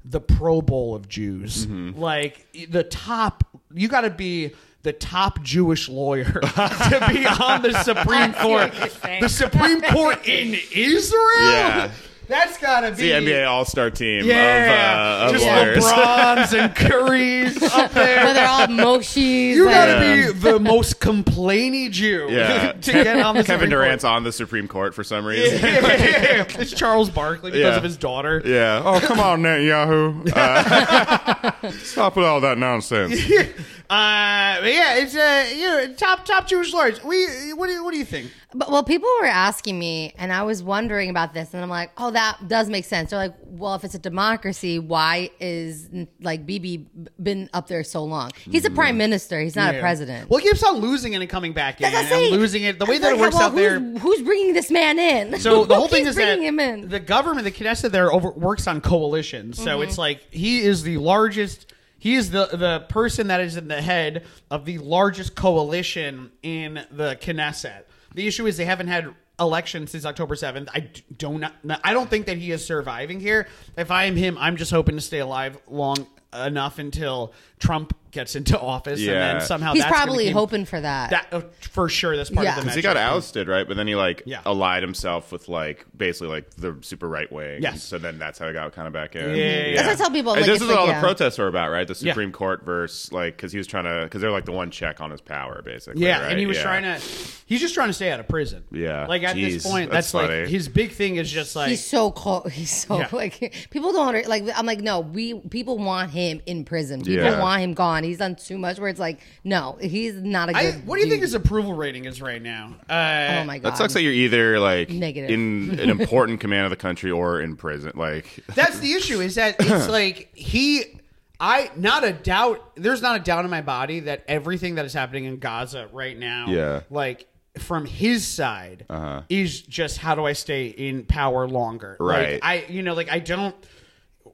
Speaker 2: the Pro Bowl of Jews, like the top. You got to be. The top Jewish lawyer <laughs> to be on the Supreme Court, the Supreme Court in Israel.
Speaker 4: Yeah.
Speaker 2: That's gotta be
Speaker 4: The NBA All Star team
Speaker 2: yeah,
Speaker 4: of, uh, of
Speaker 2: just
Speaker 4: lawyers.
Speaker 2: LeBrons
Speaker 4: <laughs>
Speaker 2: and Currys up
Speaker 3: But
Speaker 2: there.
Speaker 3: they're all moshis.
Speaker 2: You
Speaker 3: like-
Speaker 2: gotta be the most complainy Jew
Speaker 4: <laughs> Yeah.
Speaker 2: <laughs> to get on the
Speaker 4: Kevin
Speaker 2: Supreme
Speaker 4: Durant's
Speaker 2: Court.
Speaker 4: on the Supreme Court for some reason. <laughs>
Speaker 2: it's Charles Barkley because
Speaker 4: Yeah.
Speaker 2: of his daughter.
Speaker 4: Yeah. Oh, come on, Netanyahu. Uh, <laughs> stop with all that nonsense.
Speaker 2: <laughs> Uh, but yeah, it's uh, you know, top top Jewish lawyers. We what do you, what do you think?
Speaker 3: But well, people were asking me, and I was wondering about this, and I'm like, oh, that does make sense. They're like, well, if it's a democracy, why is like Bibi been up there so long? He's a prime minister. He's not
Speaker 2: Yeah.
Speaker 3: a president.
Speaker 2: Well, he keeps on losing it and coming back in
Speaker 3: That's what I'm
Speaker 2: and
Speaker 3: saying.
Speaker 2: losing it. The way
Speaker 3: I'm
Speaker 2: that it
Speaker 3: like,
Speaker 2: works
Speaker 3: well,
Speaker 2: out there.
Speaker 3: who's- Who's bringing this man in?
Speaker 2: <laughs>
Speaker 3: <laughs>
Speaker 2: So the whole thing
Speaker 3: Who's
Speaker 2: is that
Speaker 3: bringing him in.
Speaker 2: the government, the Knesset, there over, works on coalitions. So
Speaker 3: Mm-hmm.
Speaker 2: it's like he is the largest. He is the the person that is in the head of the largest coalition in the Knesset. The issue is they haven't had elections since October 7th. I d- do not I don't think that he is surviving here. If I am him, I'm just hoping to stay alive long enough until Trump gets into office and
Speaker 4: Yeah.
Speaker 2: then somehow
Speaker 3: He's
Speaker 2: that's gonna
Speaker 3: probably
Speaker 2: be-
Speaker 3: hoping for that.
Speaker 2: that uh, for sure that's part
Speaker 3: Yeah.
Speaker 2: of the
Speaker 4: 'Cause
Speaker 2: match.
Speaker 4: he got ousted, right? But then he like
Speaker 2: Yeah.
Speaker 4: allied himself with like basically like the super right wing.
Speaker 2: Yes.
Speaker 4: So then that's how he got kind of back in.
Speaker 2: yeah, yeah.
Speaker 3: That's what I tell people,
Speaker 4: And
Speaker 3: like,
Speaker 4: this
Speaker 3: it's
Speaker 4: is
Speaker 3: like,
Speaker 4: what all
Speaker 3: yeah.
Speaker 4: the protests were about, right? The
Speaker 2: Yeah.
Speaker 4: Supreme Court versus like because he was trying to because they're like the one check on his power, basically.
Speaker 2: Yeah,
Speaker 4: right?
Speaker 2: and he was
Speaker 4: Yeah.
Speaker 2: trying to. He's just trying to stay out of prison.
Speaker 4: Yeah.
Speaker 2: like at this
Speaker 4: Jeez,
Speaker 2: point, that's,
Speaker 4: that's
Speaker 2: like
Speaker 4: funny.
Speaker 2: his big thing is just like
Speaker 3: He's so cold. He's so
Speaker 2: Yeah.
Speaker 3: <laughs> like people don't under- like. I'm like, no, we people want him in prison. People
Speaker 4: Yeah.
Speaker 3: want him gone. He's done too much. Where it's like, no, he's not a good.
Speaker 2: I, what do you think
Speaker 3: dude.
Speaker 2: his approval rating is right now? Uh,
Speaker 3: oh my god,
Speaker 4: That sucks that you're either like
Speaker 3: Negative. <laughs>
Speaker 4: in an important command of the country or in prison. Like
Speaker 2: that's the issue. Is that
Speaker 4: <coughs>
Speaker 2: it's like he, I not a doubt. There's not a doubt in my body that everything that is happening in Gaza right now,
Speaker 4: Yeah. Uh-huh.
Speaker 2: like from his side, is just how do I stay in power longer?
Speaker 4: Right.
Speaker 2: Like, I, you know, like I don't.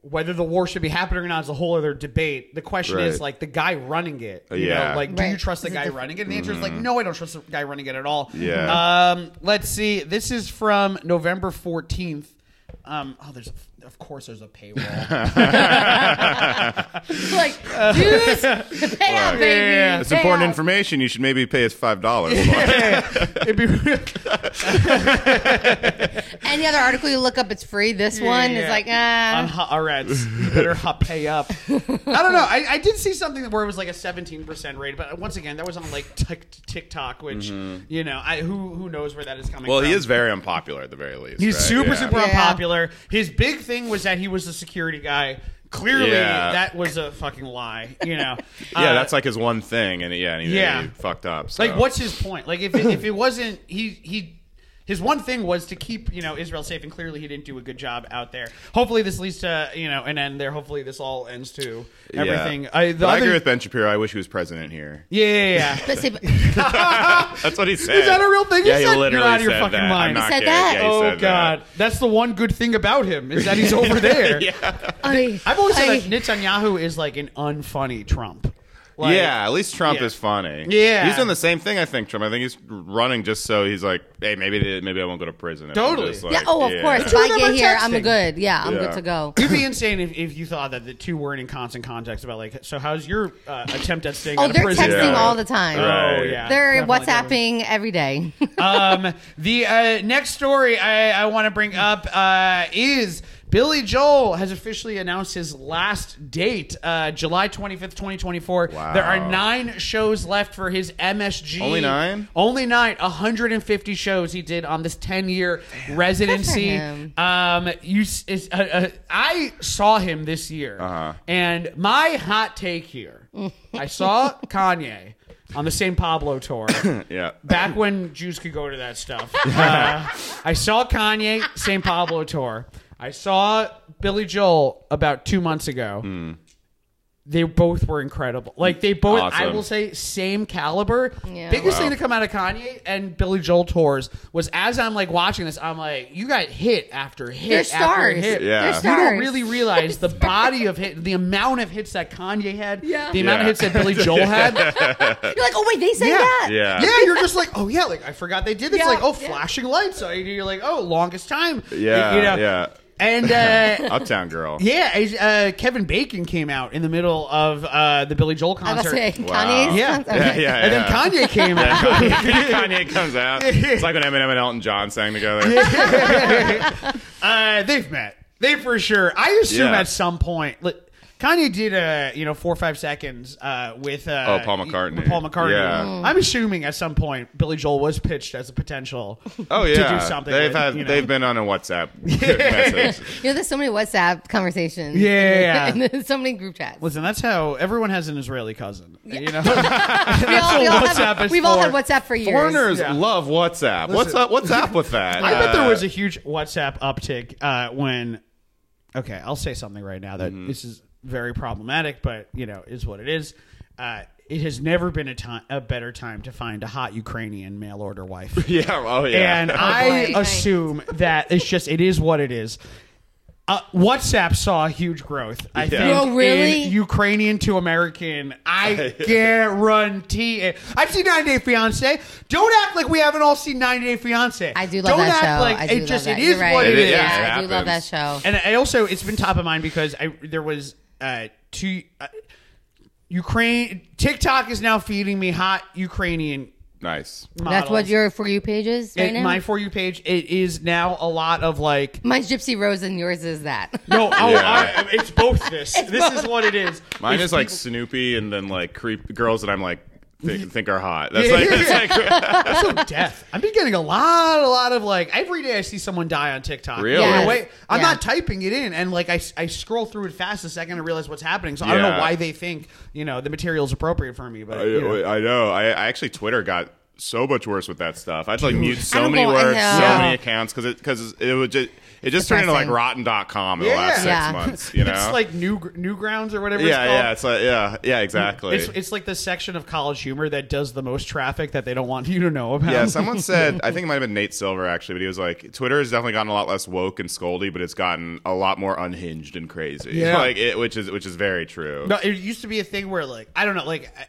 Speaker 2: Whether the war should be happening or not is a whole other debate. The question is
Speaker 4: Right.
Speaker 2: like the guy running it. You
Speaker 4: Yeah.
Speaker 2: Know, like, do you
Speaker 3: Right.
Speaker 2: trust the guy running it? And the answer is like, no, I don't trust the guy running it at all.
Speaker 4: Mm-hmm. Yeah.
Speaker 2: Um, let's see. This is from November 14th. Um, oh, there's, of course, there's a
Speaker 4: <laughs>
Speaker 2: paywall.
Speaker 3: like, dudes, pay up,
Speaker 4: Look.
Speaker 3: baby.
Speaker 2: Yeah.
Speaker 4: It's
Speaker 3: Pay
Speaker 4: important
Speaker 3: up.
Speaker 4: information. You should maybe pay us five dollars. <laughs>
Speaker 2: It'd be-
Speaker 3: Any other article you look up, it's free. This one
Speaker 2: Yeah.
Speaker 3: is like,
Speaker 2: on
Speaker 3: ah,
Speaker 2: hot reds. You better hot pay up. I don't know. I, I did see something where it was like a 17% rate, but once again, that was on like tic- TikTok, which, you know, I, who who knows where that is coming
Speaker 4: Mm-hmm. well,
Speaker 2: from.
Speaker 4: he is very unpopular at the very least.
Speaker 2: He's
Speaker 4: right?
Speaker 2: super,
Speaker 4: Yeah.
Speaker 2: super
Speaker 3: Yeah.
Speaker 2: unpopular. His big thing was that he was a security guy. Clearly,
Speaker 4: Yeah.
Speaker 2: that was a fucking lie, you know?
Speaker 4: <laughs> Yeah,
Speaker 2: Uh,
Speaker 4: that's like his one thing, and yeah, and he,
Speaker 2: Yeah.
Speaker 4: and he fucked up. so.
Speaker 2: Like, what's his point? Like, if it, if
Speaker 4: <laughs>
Speaker 2: it wasn't he he. His one thing was to keep, you know, Israel safe, and clearly he didn't do a good job out there. Hopefully, this leads to, you know, an end there. Hopefully, this all ends to
Speaker 4: Yeah.
Speaker 2: everything. I, the
Speaker 4: But I
Speaker 2: other-
Speaker 4: agree with Ben Shapiro. I wish he was president here.
Speaker 2: yeah,
Speaker 4: <laughs>
Speaker 2: yeah, yeah.
Speaker 3: but
Speaker 2: <laughs>
Speaker 3: see, but-
Speaker 4: That's what he said.
Speaker 2: Is that a real thing? He
Speaker 4: Yeah,
Speaker 2: said-
Speaker 4: he
Speaker 2: you're
Speaker 4: literally
Speaker 2: out of your
Speaker 4: said
Speaker 2: fucking
Speaker 4: that. I'm
Speaker 2: mind.
Speaker 4: not
Speaker 3: He said
Speaker 4: kidding.
Speaker 3: that?
Speaker 4: Yeah, he
Speaker 2: oh
Speaker 4: said
Speaker 2: God,
Speaker 4: that.
Speaker 2: that's the one good thing about him is that he's over
Speaker 4: <laughs>
Speaker 2: there.
Speaker 3: I-
Speaker 2: I've always said
Speaker 3: I-
Speaker 2: that Netanyahu is like an unfunny Trump. Like,
Speaker 4: yeah, at least Trump
Speaker 2: yeah.
Speaker 4: is funny.
Speaker 2: Yeah.
Speaker 4: he's doing the same thing. I think Trump. I think he's running just so he's like, hey, maybe maybe I won't go to prison. if I'm
Speaker 2: Totally.
Speaker 4: just,
Speaker 3: yeah,
Speaker 4: like,
Speaker 3: oh, of
Speaker 4: yeah.
Speaker 3: course. If
Speaker 2: two
Speaker 3: I
Speaker 2: of them
Speaker 3: get
Speaker 2: are
Speaker 3: here, I'm
Speaker 2: texting.
Speaker 3: good. Yeah, I'm
Speaker 4: Yeah.
Speaker 3: good to go.
Speaker 2: You'd be insane if, if you thought that the two weren't in constant context about like. So how's your uh, attempt at staying
Speaker 3: Oh,
Speaker 2: out of
Speaker 3: they're
Speaker 2: prison?
Speaker 3: texting
Speaker 4: Yeah.
Speaker 3: all the time.
Speaker 2: Oh
Speaker 4: Right.
Speaker 2: yeah,
Speaker 3: They're
Speaker 2: definitely
Speaker 3: WhatsApping every day. <laughs>
Speaker 2: doing. Um, the uh, next story I, I want to bring up uh, is Billy Joel has officially announced his last date, uh, July twenty fifth, twenty twenty four.
Speaker 4: Wow.
Speaker 2: There are nine shows left for his MSG.
Speaker 4: Only nine?
Speaker 2: Only nine. hundred and fifty shows he did on this ten year residency.
Speaker 3: him.
Speaker 2: Um, you, s- is, uh, uh, I saw him this year,
Speaker 4: Uh-huh.
Speaker 2: and my hot take here: I saw Kanye on the St. Pablo
Speaker 4: <coughs>
Speaker 2: tour.
Speaker 4: Yeah.
Speaker 2: Back when Jews could go to that
Speaker 4: <laughs>
Speaker 2: stuff, uh, I saw Kanye St. Pablo tour. I saw Billy Joel about two months ago.
Speaker 4: Hmm.
Speaker 2: They both were incredible. Like they both, I
Speaker 4: Awesome.
Speaker 2: will say, same caliber.
Speaker 3: Yeah.
Speaker 2: Biggest thing to come out of Kanye and Billy Joel tours was as I'm like watching this, I'm like, you got hit after hit
Speaker 3: They're
Speaker 2: after
Speaker 3: stars.
Speaker 2: hit.
Speaker 3: They're
Speaker 4: Yeah. You
Speaker 2: You
Speaker 3: stars.
Speaker 2: don't really realize the body of hit, the amount of hits that Kanye had,
Speaker 3: Yeah.
Speaker 2: the amount of
Speaker 4: Yeah.
Speaker 2: hits that Billy
Speaker 4: <laughs>
Speaker 2: Joel had.
Speaker 3: You're like, oh wait, they say that.
Speaker 4: Yeah.
Speaker 2: Yeah, you're just like, oh yeah, like I forgot they did this.
Speaker 3: Yeah,
Speaker 2: like, oh,
Speaker 3: yeah.
Speaker 2: flashing lights. So you're like, oh, longest time.
Speaker 4: Yeah,
Speaker 2: you know.
Speaker 4: yeah.
Speaker 2: And
Speaker 4: <laughs>
Speaker 2: uh,
Speaker 4: Uptown Girl.
Speaker 2: yeah, as- uh, Kevin Bacon came out in the middle of uh, the Billy Joel
Speaker 3: I was
Speaker 2: concert.
Speaker 3: about to say,
Speaker 4: Wow.
Speaker 3: Kanye's.
Speaker 2: Yeah.
Speaker 4: yeah, yeah.
Speaker 2: and then
Speaker 4: yeah.
Speaker 2: Kanye came out. <laughs>
Speaker 4: Kanye comes out. It's like when Eminem and Elton John sang together.
Speaker 2: Uh, they've met. They for sure. I assume
Speaker 4: Yeah.
Speaker 2: at some point. Look, Kanye did a you know four or five seconds uh, with uh,
Speaker 4: Oh, Paul McCartney.
Speaker 2: with Paul McCartney.
Speaker 4: Yeah. Mm.
Speaker 2: I'm assuming at some point Billy Joel was pitched as a potential.
Speaker 4: Oh yeah,
Speaker 2: to do something.
Speaker 4: They've
Speaker 2: with,
Speaker 4: had,
Speaker 2: you know.
Speaker 4: they've been on
Speaker 2: <laughs>
Speaker 4: a WhatsApp message.
Speaker 3: <laughs> You know, there's so many WhatsApp conversations. <laughs>
Speaker 2: Yeah.
Speaker 3: and there's so many group chats.
Speaker 2: Listen, that's how everyone has an Israeli cousin. You
Speaker 4: <laughs>
Speaker 2: know,
Speaker 3: we all, we all
Speaker 2: WhatsApp is
Speaker 3: have, we've all had
Speaker 2: for-
Speaker 3: WhatsApp for years.
Speaker 4: Foreigners
Speaker 2: Yeah.
Speaker 4: love WhatsApp. What's
Speaker 2: Listen.
Speaker 4: up? What's up with that?
Speaker 2: I bet there
Speaker 4: Uh,
Speaker 2: was a huge WhatsApp uptick uh, when. Okay, I'll say something right now
Speaker 4: Mm-hmm.
Speaker 2: that this is very problematic, but you know, is what it is. Uh, it has never been a time a better time to find a hot Ukrainian mail order wife.
Speaker 4: <laughs> yeah. Oh yeah.
Speaker 2: And uh, I
Speaker 3: boy.
Speaker 2: assume that it's just it is what it is. Uh, WhatsApp saw huge growth. I
Speaker 4: Yeah.
Speaker 2: think
Speaker 3: Oh, really?
Speaker 2: in Ukrainian to American. I guarantee it. I've seen 90 Day Fiance. Don't act like we haven't all seen 90 Day Fiance.
Speaker 3: I do love
Speaker 2: Don't
Speaker 3: that
Speaker 2: act
Speaker 3: show.
Speaker 2: Like
Speaker 3: I do
Speaker 2: it
Speaker 3: love
Speaker 2: just
Speaker 3: that.
Speaker 2: it is
Speaker 3: You're right.
Speaker 2: what it
Speaker 4: It
Speaker 2: is.
Speaker 4: is,
Speaker 3: Yeah,
Speaker 4: it
Speaker 3: I do love that
Speaker 4: happens.
Speaker 3: show.
Speaker 2: And I also, it's been top of mind because I there was uh, two uh, Ukraine TikTok is now feeding me hot Ukrainian.
Speaker 4: Nice.
Speaker 3: That's what
Speaker 2: models.
Speaker 3: your for you page is right
Speaker 2: It-
Speaker 3: now.
Speaker 2: my for you page. It is now a lot of like
Speaker 3: Mine's Gypsy Rose and yours is that. <laughs>
Speaker 2: no, <laughs> oh,
Speaker 4: Yeah.
Speaker 2: I- it's both. This this is what it is.
Speaker 4: Mine
Speaker 2: It's
Speaker 4: is like
Speaker 2: people-
Speaker 4: Snoopy and then like creep girls that I'm like thi- think are hot. <laughs> That's like, that's like
Speaker 2: also death. I've been getting a lot, a lot of like every day I see someone die on TikTok.
Speaker 4: Really?
Speaker 2: You know,
Speaker 4: Yes.
Speaker 2: wait, I'm
Speaker 3: Yeah.
Speaker 2: not typing it in, and like I, I scroll through it fast the second I realize what's happening. So I don't know
Speaker 4: Yeah. Oh,
Speaker 2: why they think you know the material is appropriate for me, but
Speaker 4: I,
Speaker 2: you know.
Speaker 4: I know. I, I actually Twitter got so much worse with that stuff. I'd like mute
Speaker 3: I
Speaker 4: so
Speaker 3: don't
Speaker 4: many
Speaker 3: go- I
Speaker 4: words, so
Speaker 3: know.
Speaker 4: many accounts because it because it would just it just turned into like
Speaker 3: Depressing.
Speaker 4: rotten.com in
Speaker 2: Yeah.
Speaker 4: the last six
Speaker 3: Yeah.
Speaker 4: months. You know,
Speaker 2: <laughs> it's like new newgrounds or whatever.
Speaker 4: yeah, yeah,
Speaker 2: it's
Speaker 4: it's like yeah, yeah, exactly.
Speaker 2: called. It's, it's like the section of college humor that does the most traffic that they don't want you to know about. <laughs>
Speaker 4: yeah, someone said I think it might have been Nate Silver actually, but he was like, Twitter has definitely gotten a lot less woke and scoldy, but it's gotten a lot more unhinged and crazy.
Speaker 2: Yeah.
Speaker 4: <laughs> like it, which is which is very true.
Speaker 2: No, it used to be a thing where like I don't know, like I,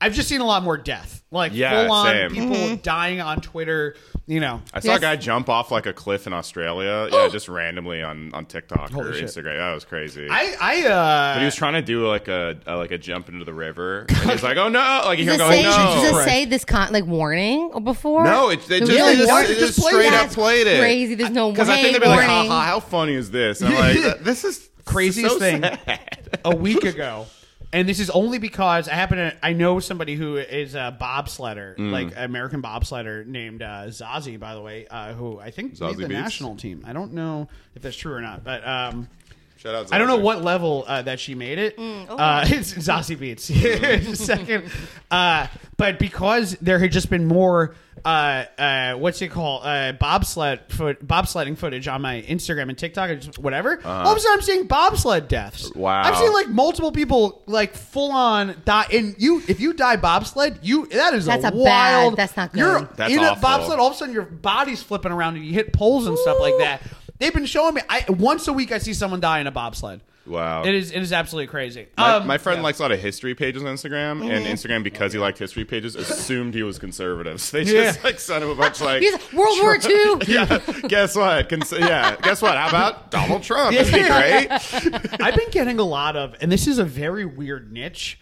Speaker 2: I've just seen a lot more death, like
Speaker 4: Yeah,
Speaker 2: full on
Speaker 4: same.
Speaker 2: people dying on Twitter. You know,
Speaker 4: I saw
Speaker 3: Yes.
Speaker 4: a guy jump off like a cliff
Speaker 2: <gasps>
Speaker 4: in Australia, yeah, just randomly on, on TikTok or
Speaker 2: Holy shit.
Speaker 4: Instagram. That was crazy.
Speaker 2: I I uh,
Speaker 4: But he was trying to do like a, a like a jump into the river,
Speaker 2: <laughs>
Speaker 4: and he's like, "Oh no!" Like he
Speaker 3: Does
Speaker 4: kept
Speaker 3: it, say,
Speaker 4: going,
Speaker 3: does it
Speaker 4: "No."
Speaker 2: Christ.
Speaker 3: say this con- like warning before?
Speaker 4: No, it, they
Speaker 3: Do
Speaker 4: just,
Speaker 3: we
Speaker 4: they
Speaker 3: have
Speaker 4: just,
Speaker 3: warning?
Speaker 4: they just
Speaker 2: Just play
Speaker 4: straight
Speaker 2: that.
Speaker 4: up played it.
Speaker 3: crazy. There's no
Speaker 4: Because I think
Speaker 3: way
Speaker 4: they'd be like,
Speaker 3: warning.
Speaker 4: "Ha ha, how funny is this?" And I'm like,
Speaker 3: <laughs>
Speaker 4: "Th- "This is
Speaker 2: craziest
Speaker 4: so
Speaker 2: thing
Speaker 4: sad." <laughs>
Speaker 2: a week ago. And this is only because I happen to I know somebody who is a bobsledder,
Speaker 4: Mm.
Speaker 2: like American bobsledder named uh, Zazie, by the way, uh, who I think made
Speaker 4: Zazie
Speaker 2: the
Speaker 4: Beetz?
Speaker 2: national team. I don't know if that's true or not, but um,
Speaker 4: Shout out
Speaker 2: I don't know
Speaker 4: Zazie.
Speaker 2: what level uh, that she made it.
Speaker 3: Mm,
Speaker 2: uh, <laughs> it's Zazie <laughs> Beats. Second. Uh, but because there had just been more, uh, uh, what's it called? Uh, bobsled foot, bobsledding footage on my Instagram and TikTok and just whatever. All of a sudden I'm seeing bobsled deaths.
Speaker 4: Uh-huh. Wow.
Speaker 2: I've seen like multiple people like full on die. And you, if you die bobsled, you, that is
Speaker 3: That's
Speaker 2: a,
Speaker 3: a bad-
Speaker 2: wild.
Speaker 3: that's not good.
Speaker 2: You're
Speaker 4: That's
Speaker 2: in a
Speaker 4: awful.
Speaker 2: bobsled, all of a sudden your body's flipping around and you hit poles and stuff like that. They've been showing me I, once a week. I see someone die in a bobsled.
Speaker 4: Wow.
Speaker 2: it is it is absolutely crazy.
Speaker 4: My,
Speaker 2: um,
Speaker 4: my friend likes a lot of history pages on Instagram,
Speaker 3: Mm-hmm.
Speaker 4: and Instagram because he liked history pages assumed he was conservative. So <laughs> they just
Speaker 2: Yeah.
Speaker 4: like sent him a bunch
Speaker 3: <laughs>
Speaker 4: like
Speaker 3: He's like, World War Two.
Speaker 4: <laughs> yeah. Guess what? Cons- yeah. Guess what? How about Donald Trump? Isn't he great?
Speaker 2: <laughs> I've been getting a lot of, and this is a very weird niche.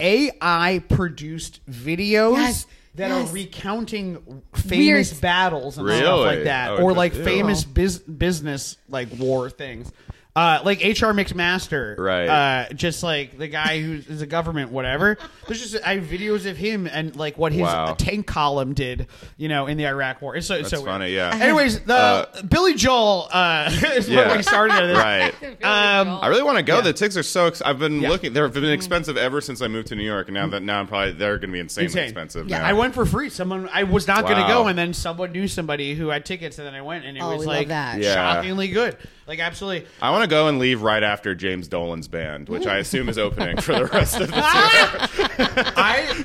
Speaker 2: AI produced videos
Speaker 3: Yes,
Speaker 2: that
Speaker 3: yes.
Speaker 2: are recounting famous
Speaker 3: Weird.
Speaker 2: battles and stuff like
Speaker 4: Really?
Speaker 2: that,
Speaker 4: Oh,
Speaker 2: or
Speaker 4: just-
Speaker 2: like
Speaker 4: ew.
Speaker 2: famous bus- business like war things. Uh, like HR McMaster,
Speaker 4: Right.
Speaker 2: Uh, just like the guy who is a government, whatever. There's just I have videos of him and like what his
Speaker 4: Wow.
Speaker 2: tank column did, you know, in the Iraq War. It's so it's
Speaker 4: That's
Speaker 2: so weird.
Speaker 4: funny, yeah.
Speaker 2: Anyways, the
Speaker 4: Uh,
Speaker 2: Billy Joel uh, <laughs> is
Speaker 4: Yeah.
Speaker 2: where we started this.
Speaker 4: right.
Speaker 2: Um,
Speaker 4: I really want to go. The ticks are so. Ex- I've been
Speaker 2: Yeah.
Speaker 4: looking. They've
Speaker 3: Mm-hmm.
Speaker 4: been expensive ever since I moved to New York, and now that now I'm probably they're going to be insanely
Speaker 2: Insane.
Speaker 4: expensive.
Speaker 3: Yeah.
Speaker 4: now.
Speaker 2: I went for free. Someone I was not going to
Speaker 4: Wow.
Speaker 2: go, and then someone knew somebody who had tickets, and then I went, and it
Speaker 3: Oh,
Speaker 2: was
Speaker 3: we love
Speaker 2: like
Speaker 3: that.
Speaker 4: Yeah.
Speaker 2: shockingly good. Like
Speaker 4: <laughs>
Speaker 2: absolutely.
Speaker 4: I want to go and leave right after James Dolan's band, which I assume is opening for the rest of the
Speaker 2: <laughs> Ah!
Speaker 4: <laughs>
Speaker 2: I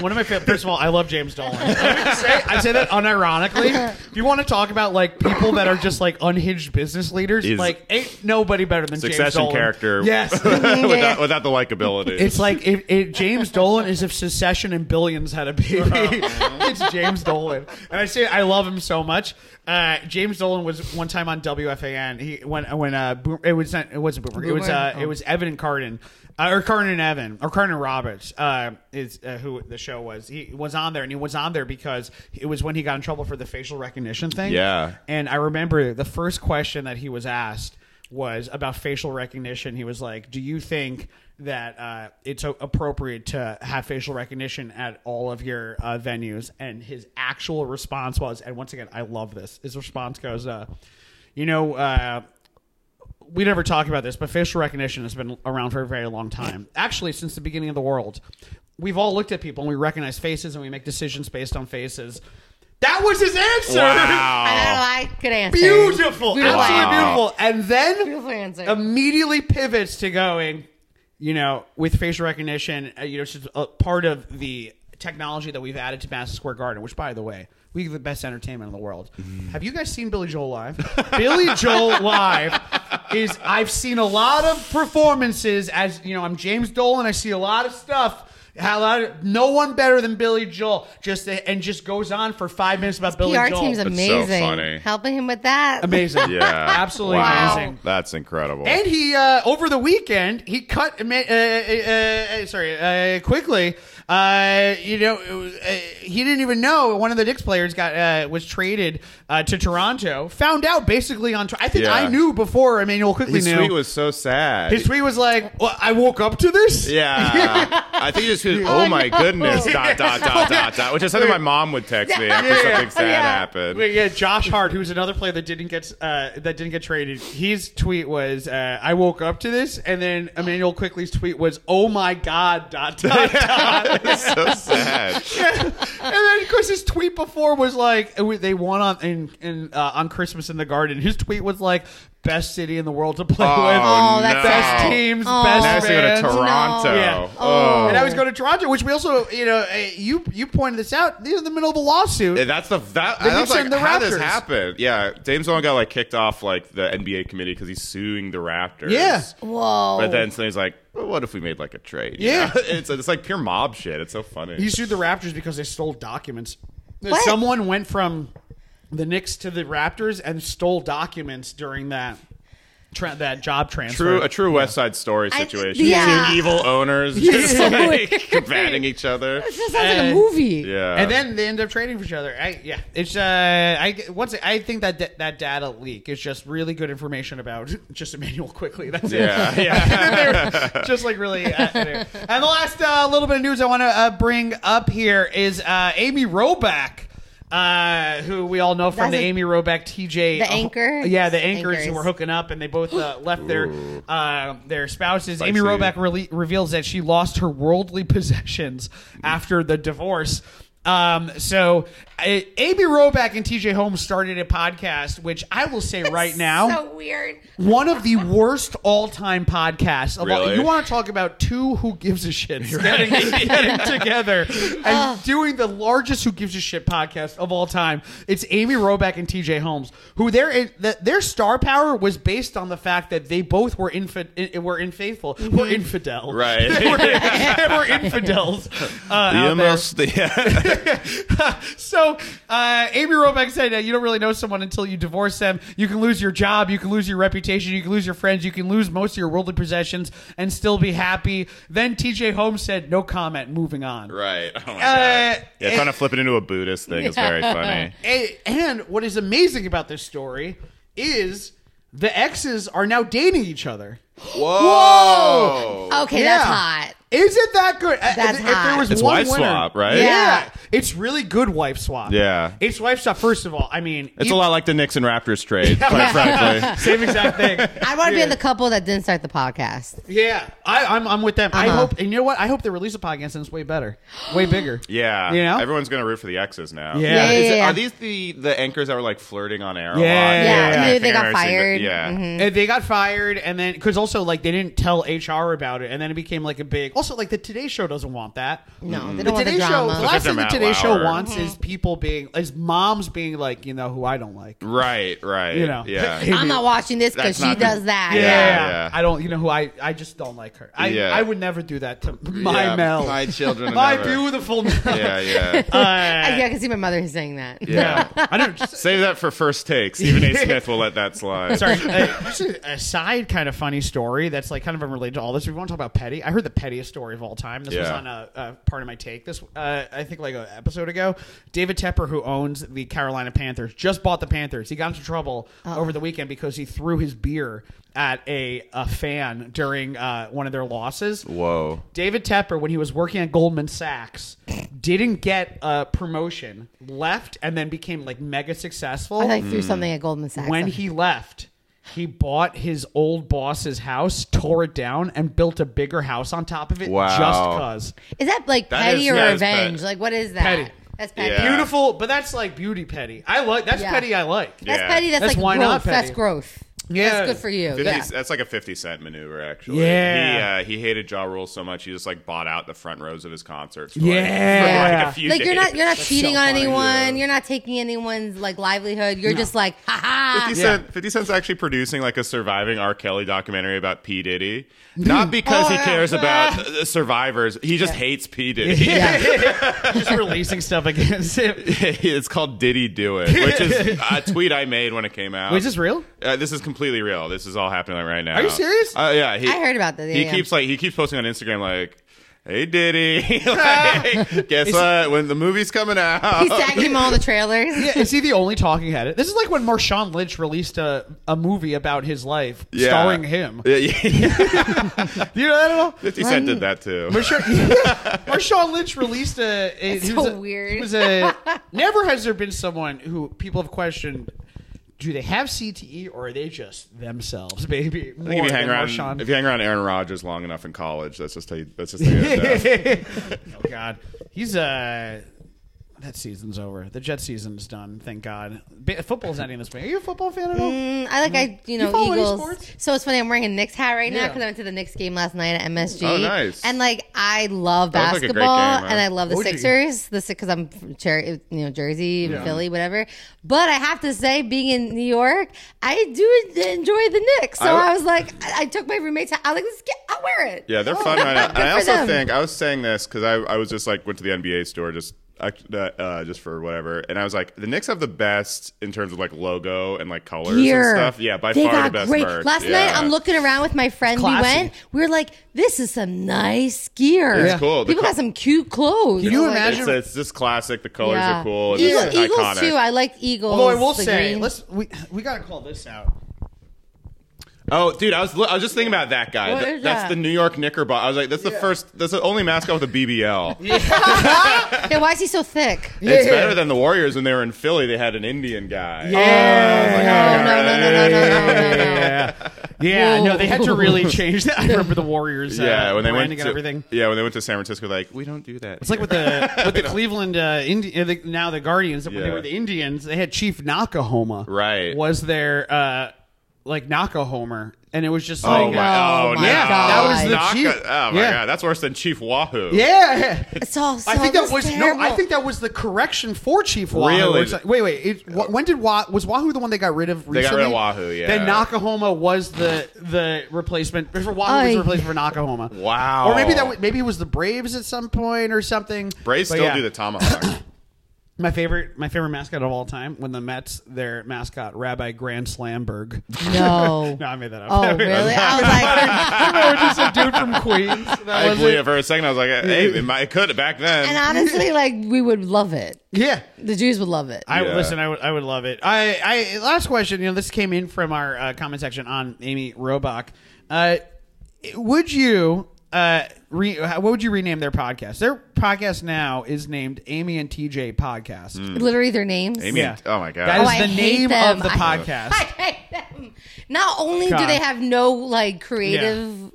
Speaker 2: one of my favorite. First of all, I love James Dolan. I say, I say that unironically. If you want to talk about like people that are just like unhinged business leaders,
Speaker 4: Is-
Speaker 2: like ain't nobody better than James
Speaker 4: succession
Speaker 2: Dolan.
Speaker 4: character.
Speaker 2: Yes.
Speaker 4: <laughs> without, without the likability.
Speaker 2: It's like if it, James Dolan is if Secession and Billions had a baby. <laughs> it's James Dolan, and I say I love him so much. Uh, James Dolan was one time on WFAN. He when when uh, Boom, it was not, it wasn't Boomer. It was uh,
Speaker 3: Boomer?
Speaker 2: it was Evan and Cardin. Uh, or Cardin and Evan, or Cardin and Roberts, uh, is uh, who the show was. He was on there, and he was on there because it was when he got in trouble for the facial recognition thing.
Speaker 4: Yeah.
Speaker 2: And I remember the first question that he was asked was about facial recognition. He was like, "Do you think that uh, it's a- appropriate to have facial recognition at all of your uh, venues?" And his actual response was, and once again, I love this. His response goes, uh, "You know." Uh, we never talk about this, but facial recognition has been around for a very long time. Actually, since the beginning of the world, we've all looked at people and we recognize faces and we make decisions based on faces. That was his answer. <laughs>
Speaker 3: I don't know.
Speaker 4: wow.
Speaker 3: I could answer.
Speaker 2: Beautiful,
Speaker 3: Beautiful
Speaker 2: absolutely
Speaker 3: answer.
Speaker 2: beautiful. And then
Speaker 3: Beautiful answer.
Speaker 2: immediately pivots to going, you know, with facial recognition, uh, you know, it's just a part of the technology that we've added to Madison Square Garden, which, by the way, we have the best entertainment in the world. Have you guys seen Billy Joel live? Billy Joel live is I've seen a lot of performances as you know I'm James Dolan. I see a lot of stuff. A lot of, no one better than Billy Joel. Just and just goes on for five minutes about Billy
Speaker 3: PR
Speaker 2: Joel.
Speaker 3: team's amazing.
Speaker 4: funny.
Speaker 3: Helping him with that.
Speaker 2: amazing.
Speaker 4: Yeah,
Speaker 2: <laughs> Absolutely
Speaker 4: Wow.
Speaker 2: amazing.
Speaker 4: That's incredible.
Speaker 2: And he uh, over the weekend he cut uh, uh, uh, sorry uh, quickly. Uh, you know, it was, uh, he didn't even know one of the Knicks players got uh, was traded uh, to Toronto. Found out basically on. Tw- I think
Speaker 4: Yeah.
Speaker 2: I knew before Emmanuel quickly
Speaker 4: His
Speaker 2: knew.
Speaker 4: tweet was so sad.
Speaker 2: His tweet was like, well, "I woke up to this."
Speaker 4: yeah, I think he just goes,
Speaker 2: <laughs>
Speaker 4: "Oh my goodness!" Dot dot dot dot dot, which is something my mom would text me
Speaker 2: <laughs>
Speaker 4: after
Speaker 2: Yeah.
Speaker 4: something sad
Speaker 3: Yeah.
Speaker 4: happened.
Speaker 2: Wait, yeah, Josh Hart, who's another player that didn't get uh, that didn't get traded. His tweet was, uh, "I woke up to this," and then Emmanuel quickly's tweet was, "Oh my god!" Dot dot
Speaker 4: <laughs>
Speaker 2: dot.
Speaker 4: It's so
Speaker 2: <laughs>
Speaker 4: sad.
Speaker 2: and then of course his tweet before was like it wa- they won on in, in uh, on Christmas in the Garden. His tweet was like best city in the world to play
Speaker 4: Oh,
Speaker 2: with,
Speaker 3: Oh, that's
Speaker 2: best
Speaker 3: sad.
Speaker 2: teams,
Speaker 3: Oh.
Speaker 2: best
Speaker 4: Now I have to go to
Speaker 2: fans.
Speaker 4: Toronto.
Speaker 2: Yeah.
Speaker 4: Oh.
Speaker 2: And I was going to Toronto, which we also, you know, uh, you you pointed this out. These are in the middle of a lawsuit.
Speaker 4: Yeah, That's the that.
Speaker 2: They
Speaker 4: I
Speaker 2: did
Speaker 4: was like,
Speaker 2: send the
Speaker 4: how did this
Speaker 2: Raptors.
Speaker 4: happen? Yeah, James Dolan got like kicked off like the NBA committee because he's suing the Raptors.
Speaker 2: Yeah. Oh.
Speaker 3: Whoa.
Speaker 4: But then somebody's like, well, what if we made like a trade? you
Speaker 2: Yeah.
Speaker 4: know? <laughs> it's, it's like pure mob shit. It's so funny.
Speaker 2: He sued the Raptors because they stole documents.
Speaker 3: What?
Speaker 2: Someone went from the Knicks to the Raptors and stole documents during that tra- that job transfer.
Speaker 4: true, a true West Side Story situation.
Speaker 3: yeah.
Speaker 4: Two evil owners
Speaker 2: <laughs>
Speaker 4: just like <laughs> combating each other.
Speaker 3: This just sounds like
Speaker 2: Uh,
Speaker 3: a movie.
Speaker 4: Yeah.
Speaker 2: and then they end up trading for each other. I, yeah, it's uh, I once I think that da- that data leak is just really good information about <laughs> just Emmanuel quickly. That's it. <laughs>
Speaker 4: Yeah. <laughs>
Speaker 2: And then they were just like really. uh, anyway. and the last uh, little bit of news I want to uh, bring up here is uh, Amy Roback. Uh, who we all know from
Speaker 3: That's
Speaker 2: the
Speaker 3: a-
Speaker 2: Amy Roback TJ
Speaker 3: The anchor?
Speaker 2: yeah, the anchors, who
Speaker 3: Anchors.
Speaker 2: were hooking up, and they both uh, left their
Speaker 4: Ooh.
Speaker 2: uh, their spouses. Amy
Speaker 4: Spicy.
Speaker 2: Roback rele reveals that she lost her worldly <laughs> possessions after the divorce. Um, so I, Amy Roback and TJ Holmes started a podcast, which I will say right now,
Speaker 3: So weird.
Speaker 2: one of the worst all-time podcasts. Of all,
Speaker 4: Really?
Speaker 2: you want to talk about two who gives a shit getting, <laughs> getting together and doing the largest who gives a shit podcast of all time. It's Amy Roback and TJ Holmes, who their that their star power was based on the fact that they both were infi- i- were unfaithful, were infidel,
Speaker 4: Right.
Speaker 2: they, were, <laughs> they were
Speaker 4: <laughs>
Speaker 2: infidels. Uh, out there. So, uh, Amy Roback said, uh, "You don't really know someone until you divorce them. You can lose your job, you can lose your reputation, you can lose your friends, you can lose most of your worldly possessions, and still be happy." Then T.J. Holmes said, "No comment. Moving on."
Speaker 4: Right. Oh
Speaker 2: Uh,
Speaker 4: my God. Yeah, trying to flip it into a Buddhist thing is
Speaker 2: <laughs>
Speaker 4: very funny.
Speaker 2: A- And what is amazing about this story is the exes are now dating each other.
Speaker 4: Whoa.
Speaker 3: Okay,
Speaker 2: Yeah.
Speaker 3: that's hot.
Speaker 2: Isn't that good? Uh,
Speaker 3: That's
Speaker 2: if there
Speaker 3: hot.
Speaker 2: was
Speaker 4: It's
Speaker 2: one
Speaker 4: wife
Speaker 2: winner-
Speaker 4: swap, right?
Speaker 2: Yeah.
Speaker 3: Yeah.
Speaker 2: it's really good wife swap.
Speaker 4: Yeah.
Speaker 2: it's wife swap. First of all, I mean,
Speaker 4: It's
Speaker 2: you-
Speaker 4: a lot like the Knicks and Raptors trade, quite frankly.
Speaker 2: <laughs> Same exact thing.
Speaker 3: I want to be in the couple that didn't start the podcast.
Speaker 2: Yeah, I, I'm I'm with them. I
Speaker 3: Uh-huh.
Speaker 2: hope, and you know what? I hope they release a podcast and it's way better,
Speaker 3: <gasps>
Speaker 2: way bigger.
Speaker 4: Yeah.
Speaker 2: You know?
Speaker 4: Everyone's going to root for the exes now.
Speaker 2: Yeah. Yeah,
Speaker 3: yeah,
Speaker 4: Is it-
Speaker 3: yeah.
Speaker 4: Are these the, the anchors that were like flirting on air a lot?
Speaker 2: Yeah. Yeah,
Speaker 4: I
Speaker 2: maybe
Speaker 4: think
Speaker 3: they
Speaker 4: I've
Speaker 3: got
Speaker 4: ever seen the-
Speaker 3: fired. Mm-hmm.
Speaker 4: yeah.
Speaker 2: And they got fired, and then because also like they didn't tell HR about it, and then it became like a big. Also, like the Today Show doesn't want that.
Speaker 3: No, Mm, they
Speaker 2: The
Speaker 3: don't want
Speaker 2: Today
Speaker 3: the
Speaker 2: Show,
Speaker 3: drama. Mm-hmm.
Speaker 2: the last
Speaker 4: they're
Speaker 2: thing the
Speaker 4: Matt
Speaker 2: Today Show
Speaker 4: Lauer.
Speaker 2: wants is people being, is moms being like, you know, who I don't like.
Speaker 4: Right, right.
Speaker 2: You know.
Speaker 4: Yeah.
Speaker 2: <laughs> Hey,
Speaker 4: yeah.
Speaker 3: I'm not watching this because
Speaker 4: That's
Speaker 3: she
Speaker 4: not the-
Speaker 3: does that.
Speaker 4: Yeah. yeah.
Speaker 2: I don't, you know, who I, I just don't like her. I,
Speaker 4: Yeah.
Speaker 2: I would never do that to my Mel,
Speaker 4: My children.
Speaker 2: my
Speaker 4: never.
Speaker 2: beautiful Mel. <laughs>
Speaker 4: Yeah, yeah.
Speaker 3: <laughs> I, yeah, I can see my mother saying that.
Speaker 4: yeah.
Speaker 2: I don't. Just,
Speaker 4: Save that for first take. Stephen
Speaker 2: <laughs>
Speaker 4: A. Smith will let that slide.
Speaker 2: Sorry, uh, actually, a side kind of funny story that's like kind of unrelated to all this. We want to talk about petty. I heard the pettiest story of all time. This was
Speaker 4: Yeah.
Speaker 2: on a, a part of my take. This uh, I think like an episode ago. David Tepper, who owns the Carolina Panthers, just bought the Panthers. He got into trouble over the weekend because he threw his beer at a, a fan during uh, one of their losses.
Speaker 4: Whoa.
Speaker 2: David Tepper, when he was working at Goldman Sachs, didn't get a promotion, left, and then became like mega successful
Speaker 3: I like threw something at Goldman Sachs.
Speaker 2: Mm. when he left, he bought his old boss's house, tore it down, and built a bigger house on top of it
Speaker 4: Wow.
Speaker 2: just cause.
Speaker 3: is that like
Speaker 4: That
Speaker 3: petty
Speaker 4: is-
Speaker 3: or
Speaker 4: that is
Speaker 3: revenge?
Speaker 4: petty.
Speaker 3: Like what is that?
Speaker 2: Petty.
Speaker 3: That's petty.
Speaker 4: Yeah.
Speaker 2: Beautiful, but that's like beauty petty. I like that's
Speaker 3: Yeah.
Speaker 2: petty I like.
Speaker 3: That's
Speaker 4: Yeah.
Speaker 3: petty. That's,
Speaker 2: That's
Speaker 3: like
Speaker 2: why
Speaker 3: growth.
Speaker 2: not petty.
Speaker 3: That's growth.
Speaker 2: Yeah.
Speaker 3: That's good for you.
Speaker 4: 50,
Speaker 3: Oh, yeah.
Speaker 4: That's like a 50 Cent maneuver, actually.
Speaker 2: Yeah.
Speaker 4: He, uh, he hated Ja Rule so much, he just like bought out the front rows of his concerts. For, Like,
Speaker 2: Yeah.
Speaker 4: <laughs> for, like a few
Speaker 3: Like
Speaker 4: days.
Speaker 3: you're not you're not cheating on
Speaker 2: funny,
Speaker 3: anyone.
Speaker 4: yeah.
Speaker 3: You're not taking anyone's like livelihood. You're just like, ha ha.
Speaker 4: 50 Cent, 50 Cent's actually producing like a surviving R. Kelly documentary about P. Diddy.
Speaker 3: Hmm.
Speaker 4: Not because
Speaker 3: Oh,
Speaker 4: he cares about uh, survivors, he just hates P. Diddy.
Speaker 2: Just releasing stuff against <laughs> him.
Speaker 4: <laughs> it's called Diddy Do It,
Speaker 3: <laughs>
Speaker 4: which is a tweet I made when it came out.
Speaker 2: Which is real?
Speaker 4: Uh, this is completely real. This is all happening right now.
Speaker 2: Are you serious?
Speaker 4: Uh, yeah, he,
Speaker 3: I heard about that. Yeah,
Speaker 4: he
Speaker 3: yeah.
Speaker 4: keeps like he keeps posting on Instagram like,
Speaker 3: <laughs>
Speaker 4: "Hey Diddy, <laughs> like, guess what? When the movie's coming out,
Speaker 3: He's tagging him all
Speaker 2: <laughs>
Speaker 3: the trailers.
Speaker 2: Yeah, is he the only talking head? This is like when Marshawn Lynch released a, a movie about his life,
Speaker 4: Yeah.
Speaker 2: starring him.
Speaker 4: <laughs> Yeah, yeah.
Speaker 2: You know, I don't know.
Speaker 4: Fifty Cent did that too.
Speaker 2: Marshawn, <laughs> Marshawn Lynch released a. a
Speaker 3: It's
Speaker 2: he
Speaker 3: so
Speaker 2: a-
Speaker 3: weird.
Speaker 2: He was
Speaker 3: <laughs>
Speaker 2: a. Never has there been someone who people have questioned. Do they have CTE or are they just themselves, baby?
Speaker 4: I think if you hang around, if you hang around Aaron Rodgers long enough in college, that's just how you, that's just how you end
Speaker 3: <laughs>
Speaker 4: up.
Speaker 2: <laughs> oh God, he's uh that season's over. The Jet season's done. Thank God. Ba- football's ending this week. Are you a football fan at all?
Speaker 3: Mm, I like I you know
Speaker 2: follow any sports?
Speaker 3: Eagles. So it's funny. I'm wearing a Knicks hat right now
Speaker 2: Yeah.
Speaker 3: because I went to the Knicks game last night at MSG.
Speaker 4: Oh, nice.
Speaker 3: And like I love
Speaker 4: That was, like, a great
Speaker 3: basketball
Speaker 4: game, huh?
Speaker 3: and I love the
Speaker 2: What would you-
Speaker 3: Sixers. The because I'm from Jer- you know Jersey, Philly, whatever. But I have to say, being in New York, I do enjoy the Knicks. So
Speaker 4: I-
Speaker 3: I, was like, I, I took my roommate's hat. I was like, let's get, I'll wear it. Oh.
Speaker 4: Yeah, they're fun right now. And
Speaker 3: <laughs> Good
Speaker 4: I
Speaker 3: for
Speaker 4: also
Speaker 3: them.
Speaker 4: think I was saying this because I, I was just like went to the NBA store just uh, uh, just for whatever, and I was like, the Knicks have the best in terms of like logo and like colors
Speaker 3: Here.
Speaker 4: and stuff. Yeah, by
Speaker 3: They
Speaker 4: far the
Speaker 3: got
Speaker 4: best.
Speaker 3: great.
Speaker 4: merch.
Speaker 3: Last
Speaker 4: Yeah.
Speaker 3: night, I'm looking around with my friend.
Speaker 2: Classy.
Speaker 3: We went. We were like, "This is some nice gear.
Speaker 4: It's Yeah. cool. The
Speaker 3: People
Speaker 4: co-
Speaker 3: got some cute clothes."
Speaker 2: Can you
Speaker 3: I was like,
Speaker 2: imagine
Speaker 4: It's, it's just classic. The colors
Speaker 3: Yeah.
Speaker 4: are cool. It's
Speaker 3: Eagle- Eagles
Speaker 4: iconic.
Speaker 3: too. I like Eagles.
Speaker 2: Although I will
Speaker 3: the
Speaker 2: say,
Speaker 3: green.
Speaker 2: let's we we gotta call this out.
Speaker 4: Oh, dude, I was I was just thinking about that guy.
Speaker 3: What
Speaker 4: Th-
Speaker 3: is
Speaker 4: that's
Speaker 3: that?
Speaker 4: the New York Knickerbocker. I was like, that's the first. That's the only mascot with a BBL.
Speaker 3: <laughs> yeah, why is he so thick?
Speaker 4: It's better than the Warriors when they were in Philly. They had an Indian guy.
Speaker 3: No, no, no, no, no, no, no, no.
Speaker 2: Yeah, no, they had to
Speaker 3: Whoa.
Speaker 2: really change that. I remember the Warriors. Uh,
Speaker 4: Yeah, when they went
Speaker 2: branding
Speaker 4: to
Speaker 2: and everything.
Speaker 4: yeah when they went to San Francisco, like we don't do that.
Speaker 2: It's like with the
Speaker 4: <laughs>
Speaker 2: with the Cleveland uh, Indi- uh, the, now the Guardians when they
Speaker 4: Yeah.
Speaker 2: were the Indians they had Chief Nakahoma
Speaker 4: Right.
Speaker 2: was their uh, like Nakahomer and it was just
Speaker 4: Oh
Speaker 2: like uh,
Speaker 4: my!
Speaker 3: Oh
Speaker 4: Oh,
Speaker 3: my
Speaker 4: no.
Speaker 2: God. That was the
Speaker 4: Naka-
Speaker 2: Chief.
Speaker 4: Oh my
Speaker 2: Yeah.
Speaker 4: god, that's worse than Chief Wahoo.
Speaker 2: yeah
Speaker 3: It's all. So
Speaker 2: I think that was no.
Speaker 3: terrible.
Speaker 2: I think that was the correction for Chief Wahoo.
Speaker 4: Really?
Speaker 2: It's like- wait, wait. It, wh- when did Wah, was Wahoo the one they got rid of? Recently?
Speaker 4: They got rid of Wahoo, yeah.
Speaker 2: Then Nakahoma was the the replacement. For Wahoo was
Speaker 3: Oy.
Speaker 2: the replacement for Nakahoma.
Speaker 4: Wow.
Speaker 2: Or maybe that wa- maybe it was the Braves at some point or something.
Speaker 4: Braves
Speaker 2: But
Speaker 4: still
Speaker 2: yeah.
Speaker 4: do
Speaker 2: <coughs>
Speaker 4: the tomahawk.
Speaker 2: My favorite, my favorite mascot of all time when the Mets their mascot Rabbi Grand Slamberg. <laughs>
Speaker 3: No.
Speaker 2: no, <laughs> I made that up.
Speaker 3: Oh really? I was like, <laughs>
Speaker 2: I was just <laughs> a dude from
Speaker 4: <laughs>
Speaker 2: Queens. That
Speaker 4: I
Speaker 2: was
Speaker 4: believe
Speaker 2: it.
Speaker 4: it for a second. I was like, hey, it, might, it could back then.
Speaker 3: and honestly, like we would love it.
Speaker 2: Yeah.
Speaker 3: The Jews would love it.
Speaker 2: I
Speaker 4: Yeah.
Speaker 2: listen. I would. I would love it. I. I. Last question. You know, this came in from our uh, comment section on Amy Robach. Uh, would you? Uh, re, what would you rename their podcast? Their podcast now is named Amy and TJ Podcast.
Speaker 3: Literally their names.
Speaker 4: Amy, and- Hmm. oh my god.
Speaker 2: That is
Speaker 3: I
Speaker 2: the
Speaker 3: hate
Speaker 2: name
Speaker 3: them.
Speaker 2: of the
Speaker 3: I- <laughs>
Speaker 2: podcast.
Speaker 3: I hate them. Not only do
Speaker 2: God.
Speaker 3: they have no like creative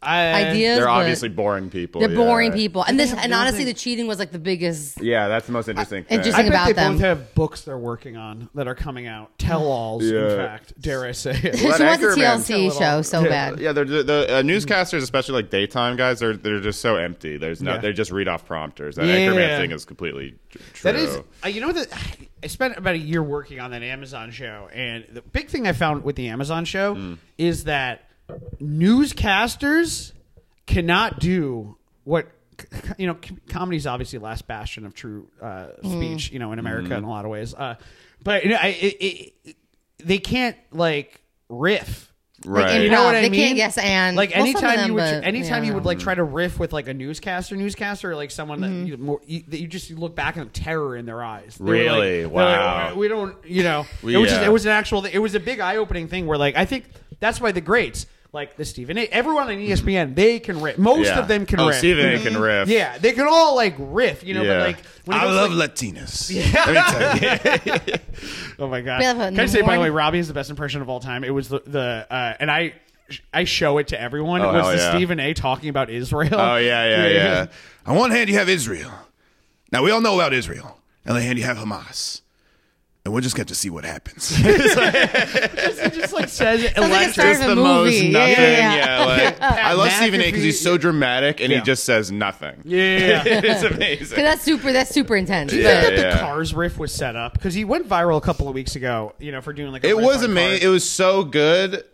Speaker 2: I-
Speaker 3: ideas,
Speaker 4: they're
Speaker 3: but
Speaker 4: obviously boring people.
Speaker 3: they're
Speaker 4: yeah.
Speaker 3: boring people. And this, and honestly, the cheating was like the biggest. <laughs>
Speaker 4: Yeah, that's the most interesting thing.
Speaker 2: I
Speaker 3: Interesting.
Speaker 2: bet
Speaker 3: about
Speaker 2: they
Speaker 3: them.
Speaker 2: both have books they're working on that are coming out. Tell-alls, in
Speaker 4: Yeah.
Speaker 2: fact. Dare I say it?
Speaker 3: She wants a
Speaker 4: Anchorman.
Speaker 3: TLC show so bad.
Speaker 4: Yeah, they're, the the uh, newscasters, especially like daytime guys, they're they're just so empty. There's no,
Speaker 2: Yeah.
Speaker 4: they just read off prompters. That
Speaker 2: Yeah.
Speaker 4: Anchorman thing is completely tr- true.
Speaker 2: That is, uh, you know, that I spent about a year working on that Amazon show, and the big thing I found with the Amazon show is that newscasters cannot do what you know. com- Comedy is obviously the last bastion of true uh, speech, you know, in America in a lot of ways. Uh, but you know, I, it, it, they can't like riff.
Speaker 4: Right.
Speaker 2: You know
Speaker 3: improv.
Speaker 2: what I
Speaker 3: They
Speaker 2: mean?
Speaker 3: can't yes and.
Speaker 2: like
Speaker 3: Well, some of
Speaker 2: anytime you
Speaker 3: them,
Speaker 2: would,
Speaker 3: but,
Speaker 2: anytime
Speaker 3: yeah.
Speaker 2: you would like try to riff with like a newscaster, newscaster, or, like someone
Speaker 3: Mm-hmm.
Speaker 2: that you more you, that you just you look back and terror in their eyes. They were like-
Speaker 4: Really?
Speaker 2: they're like,
Speaker 4: Wow.
Speaker 2: we don't, you know,
Speaker 4: We-
Speaker 2: it was just,
Speaker 4: yeah.
Speaker 2: it was an actual, it was a big eye opening thing where like I think that's why the greats like the Stephen, A, everyone on E ESPN, they can riff. Most
Speaker 4: Yeah.
Speaker 2: of them can
Speaker 4: oh,
Speaker 2: riff. Mm-hmm.
Speaker 4: Stephen A can riff.
Speaker 2: Yeah, they can all like riff, you know.
Speaker 4: Yeah.
Speaker 2: But like, when it goes, like- <laughs>
Speaker 4: Latinas. Let me tell you.
Speaker 2: Oh my god!
Speaker 3: We have a
Speaker 2: Can I say, by the
Speaker 3: newborn-
Speaker 2: way, Robbie is the best impression of all time. It was the the uh, and I I show it to everyone.
Speaker 4: Oh,
Speaker 2: it was
Speaker 4: hell
Speaker 2: the
Speaker 4: yeah.
Speaker 2: Stephen A. talking about Israel.
Speaker 4: Oh yeah,
Speaker 2: <laughs>
Speaker 4: yeah, yeah.
Speaker 7: On one hand, you have Israel. Now, we all know about Israel. On the other hand, you have Hamas. and we'll just get to see what
Speaker 2: <laughs>
Speaker 7: happens.
Speaker 4: <laughs>
Speaker 2: just like says
Speaker 3: Sounds like a
Speaker 2: electric.
Speaker 3: start of a movie. Yeah, yeah, yeah.
Speaker 2: <laughs>
Speaker 4: like, I love Stephen A. because he's so dramatic and
Speaker 2: Yeah.
Speaker 4: he just says nothing.
Speaker 2: yeah.
Speaker 4: <laughs> it's amazing.
Speaker 3: 'Cause that's super. That's super intense.
Speaker 4: Yeah,
Speaker 3: But- <laughs>
Speaker 2: that the
Speaker 4: yeah.
Speaker 2: Cars riff was set up because he went viral a couple of weeks ago. You know, for doing like a
Speaker 4: It
Speaker 2: riff
Speaker 4: was
Speaker 2: on Cars.
Speaker 4: amazing. It was so good.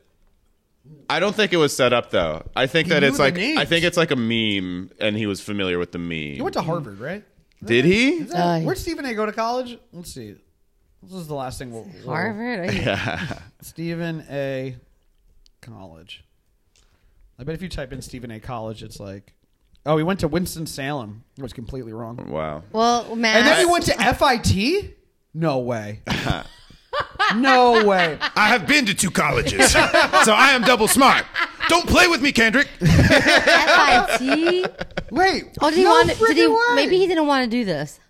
Speaker 4: I don't think it was set up though. I think that
Speaker 2: knew
Speaker 4: it's
Speaker 2: the
Speaker 4: like
Speaker 2: names.
Speaker 4: I think it's like a meme, and he was familiar with the meme.
Speaker 2: He went to Harvard, right?
Speaker 4: Did he?
Speaker 2: Is that-
Speaker 3: Uh,
Speaker 2: where'd Stephen A. go to college? Let's see. This is the last thing. We'll, we'll-
Speaker 3: Harvard.
Speaker 2: Stephen A. College. I bet if you type in Stephen A. College, it's like, oh, he went to Winston Salem. It was completely wrong.
Speaker 4: Wow.
Speaker 3: Well, Matt.
Speaker 2: And then he went to FIT. No way. no way.
Speaker 7: I have been to two colleges, <laughs> so I am double smart. Don't play with me, Kendrick.
Speaker 3: FIT.
Speaker 2: Wait.
Speaker 3: Oh, did he
Speaker 2: no
Speaker 3: want? Did he?
Speaker 2: freaking way.
Speaker 3: Maybe he didn't want to do this.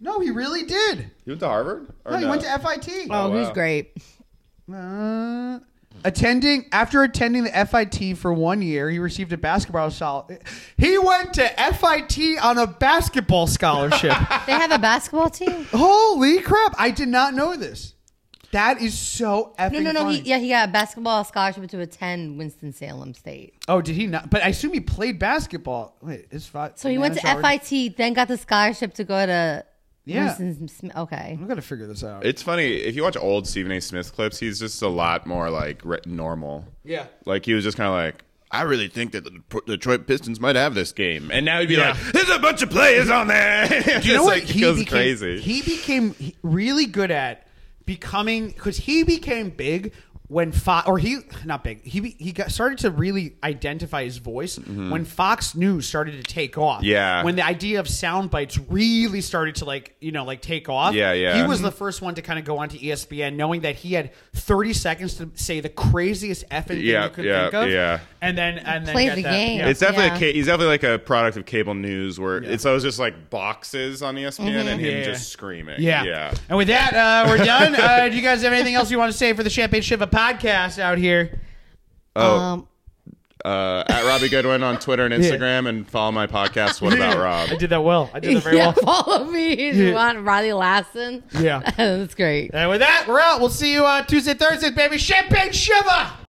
Speaker 2: No, he really did.
Speaker 4: He went to Harvard? Or
Speaker 2: No, he went to FIT.
Speaker 3: Oh, he's
Speaker 4: wow.
Speaker 3: great.
Speaker 2: Uh, attending after attending the FIT for one year, he received a basketball scholarship. He went to FIT on a basketball scholarship.
Speaker 3: They have a basketball team. <laughs>
Speaker 2: Holy crap! I did not know this. That is so effing.
Speaker 3: No, no, no. He,
Speaker 2: funny.
Speaker 3: yeah, he got a basketball scholarship to attend Winston Salem State.
Speaker 2: Oh, did he not? But I assume he played basketball. Wait, it's five.
Speaker 3: So he went to FIT, then got the scholarship to go to.
Speaker 2: Yeah.
Speaker 3: Winston Smith. Okay.
Speaker 2: I'm gonna figure this out.
Speaker 4: It's funny if you watch old Stephen A. Smith clips, he's just a lot more like re- normal.
Speaker 2: Yeah.
Speaker 4: Like he was just kind of like, I really think that the P- Detroit Pistons might have this game, and now he'd be
Speaker 2: Yeah.
Speaker 4: like, "There's a bunch of players on there." <laughs>
Speaker 2: Do you know what
Speaker 4: like, He goes
Speaker 2: became,
Speaker 4: crazy.
Speaker 2: He became he- really good at becoming because he became big when Fox or he not big he be- he got started to really identify his voice when Fox News started to take off.
Speaker 4: Mm-hmm. Yeah.
Speaker 2: when the idea of sound bites really started to like you know like take off.
Speaker 4: Yeah, yeah.
Speaker 2: He was the first one to kind of go onto E ESPN, knowing that he had thirty seconds to say the craziest effing thing
Speaker 4: Yeah,
Speaker 2: you could
Speaker 4: yeah,
Speaker 2: think of.
Speaker 4: yeah.
Speaker 2: and then and then
Speaker 3: Play
Speaker 2: get
Speaker 3: the
Speaker 2: that-
Speaker 3: game.
Speaker 2: yeah.
Speaker 4: It's definitely
Speaker 3: Yeah.
Speaker 4: a ca- he's definitely like a product of cable news where it's always just like boxes on E ESPN and him
Speaker 2: Mm-hmm. Yeah.
Speaker 4: just screaming.
Speaker 2: Yeah.
Speaker 4: yeah.
Speaker 2: And with that, uh, we're done. Uh, do you guys have anything else you want to say for the Champagne Shiva podcast out here?
Speaker 4: Oh.
Speaker 3: Um,
Speaker 4: Uh, at Robbie Goodwin on Twitter
Speaker 2: <laughs>
Speaker 4: and Instagram, and follow my podcast. What about Rob?
Speaker 2: I did that well. I did that very
Speaker 3: <laughs> yeah,
Speaker 2: well.
Speaker 3: follow me if you want Riley Lassen.
Speaker 2: Yeah.
Speaker 3: <laughs> That's great.
Speaker 2: And with that, we're out. We'll see you uh, Tuesday, Thursday, baby. Champagne Shiva!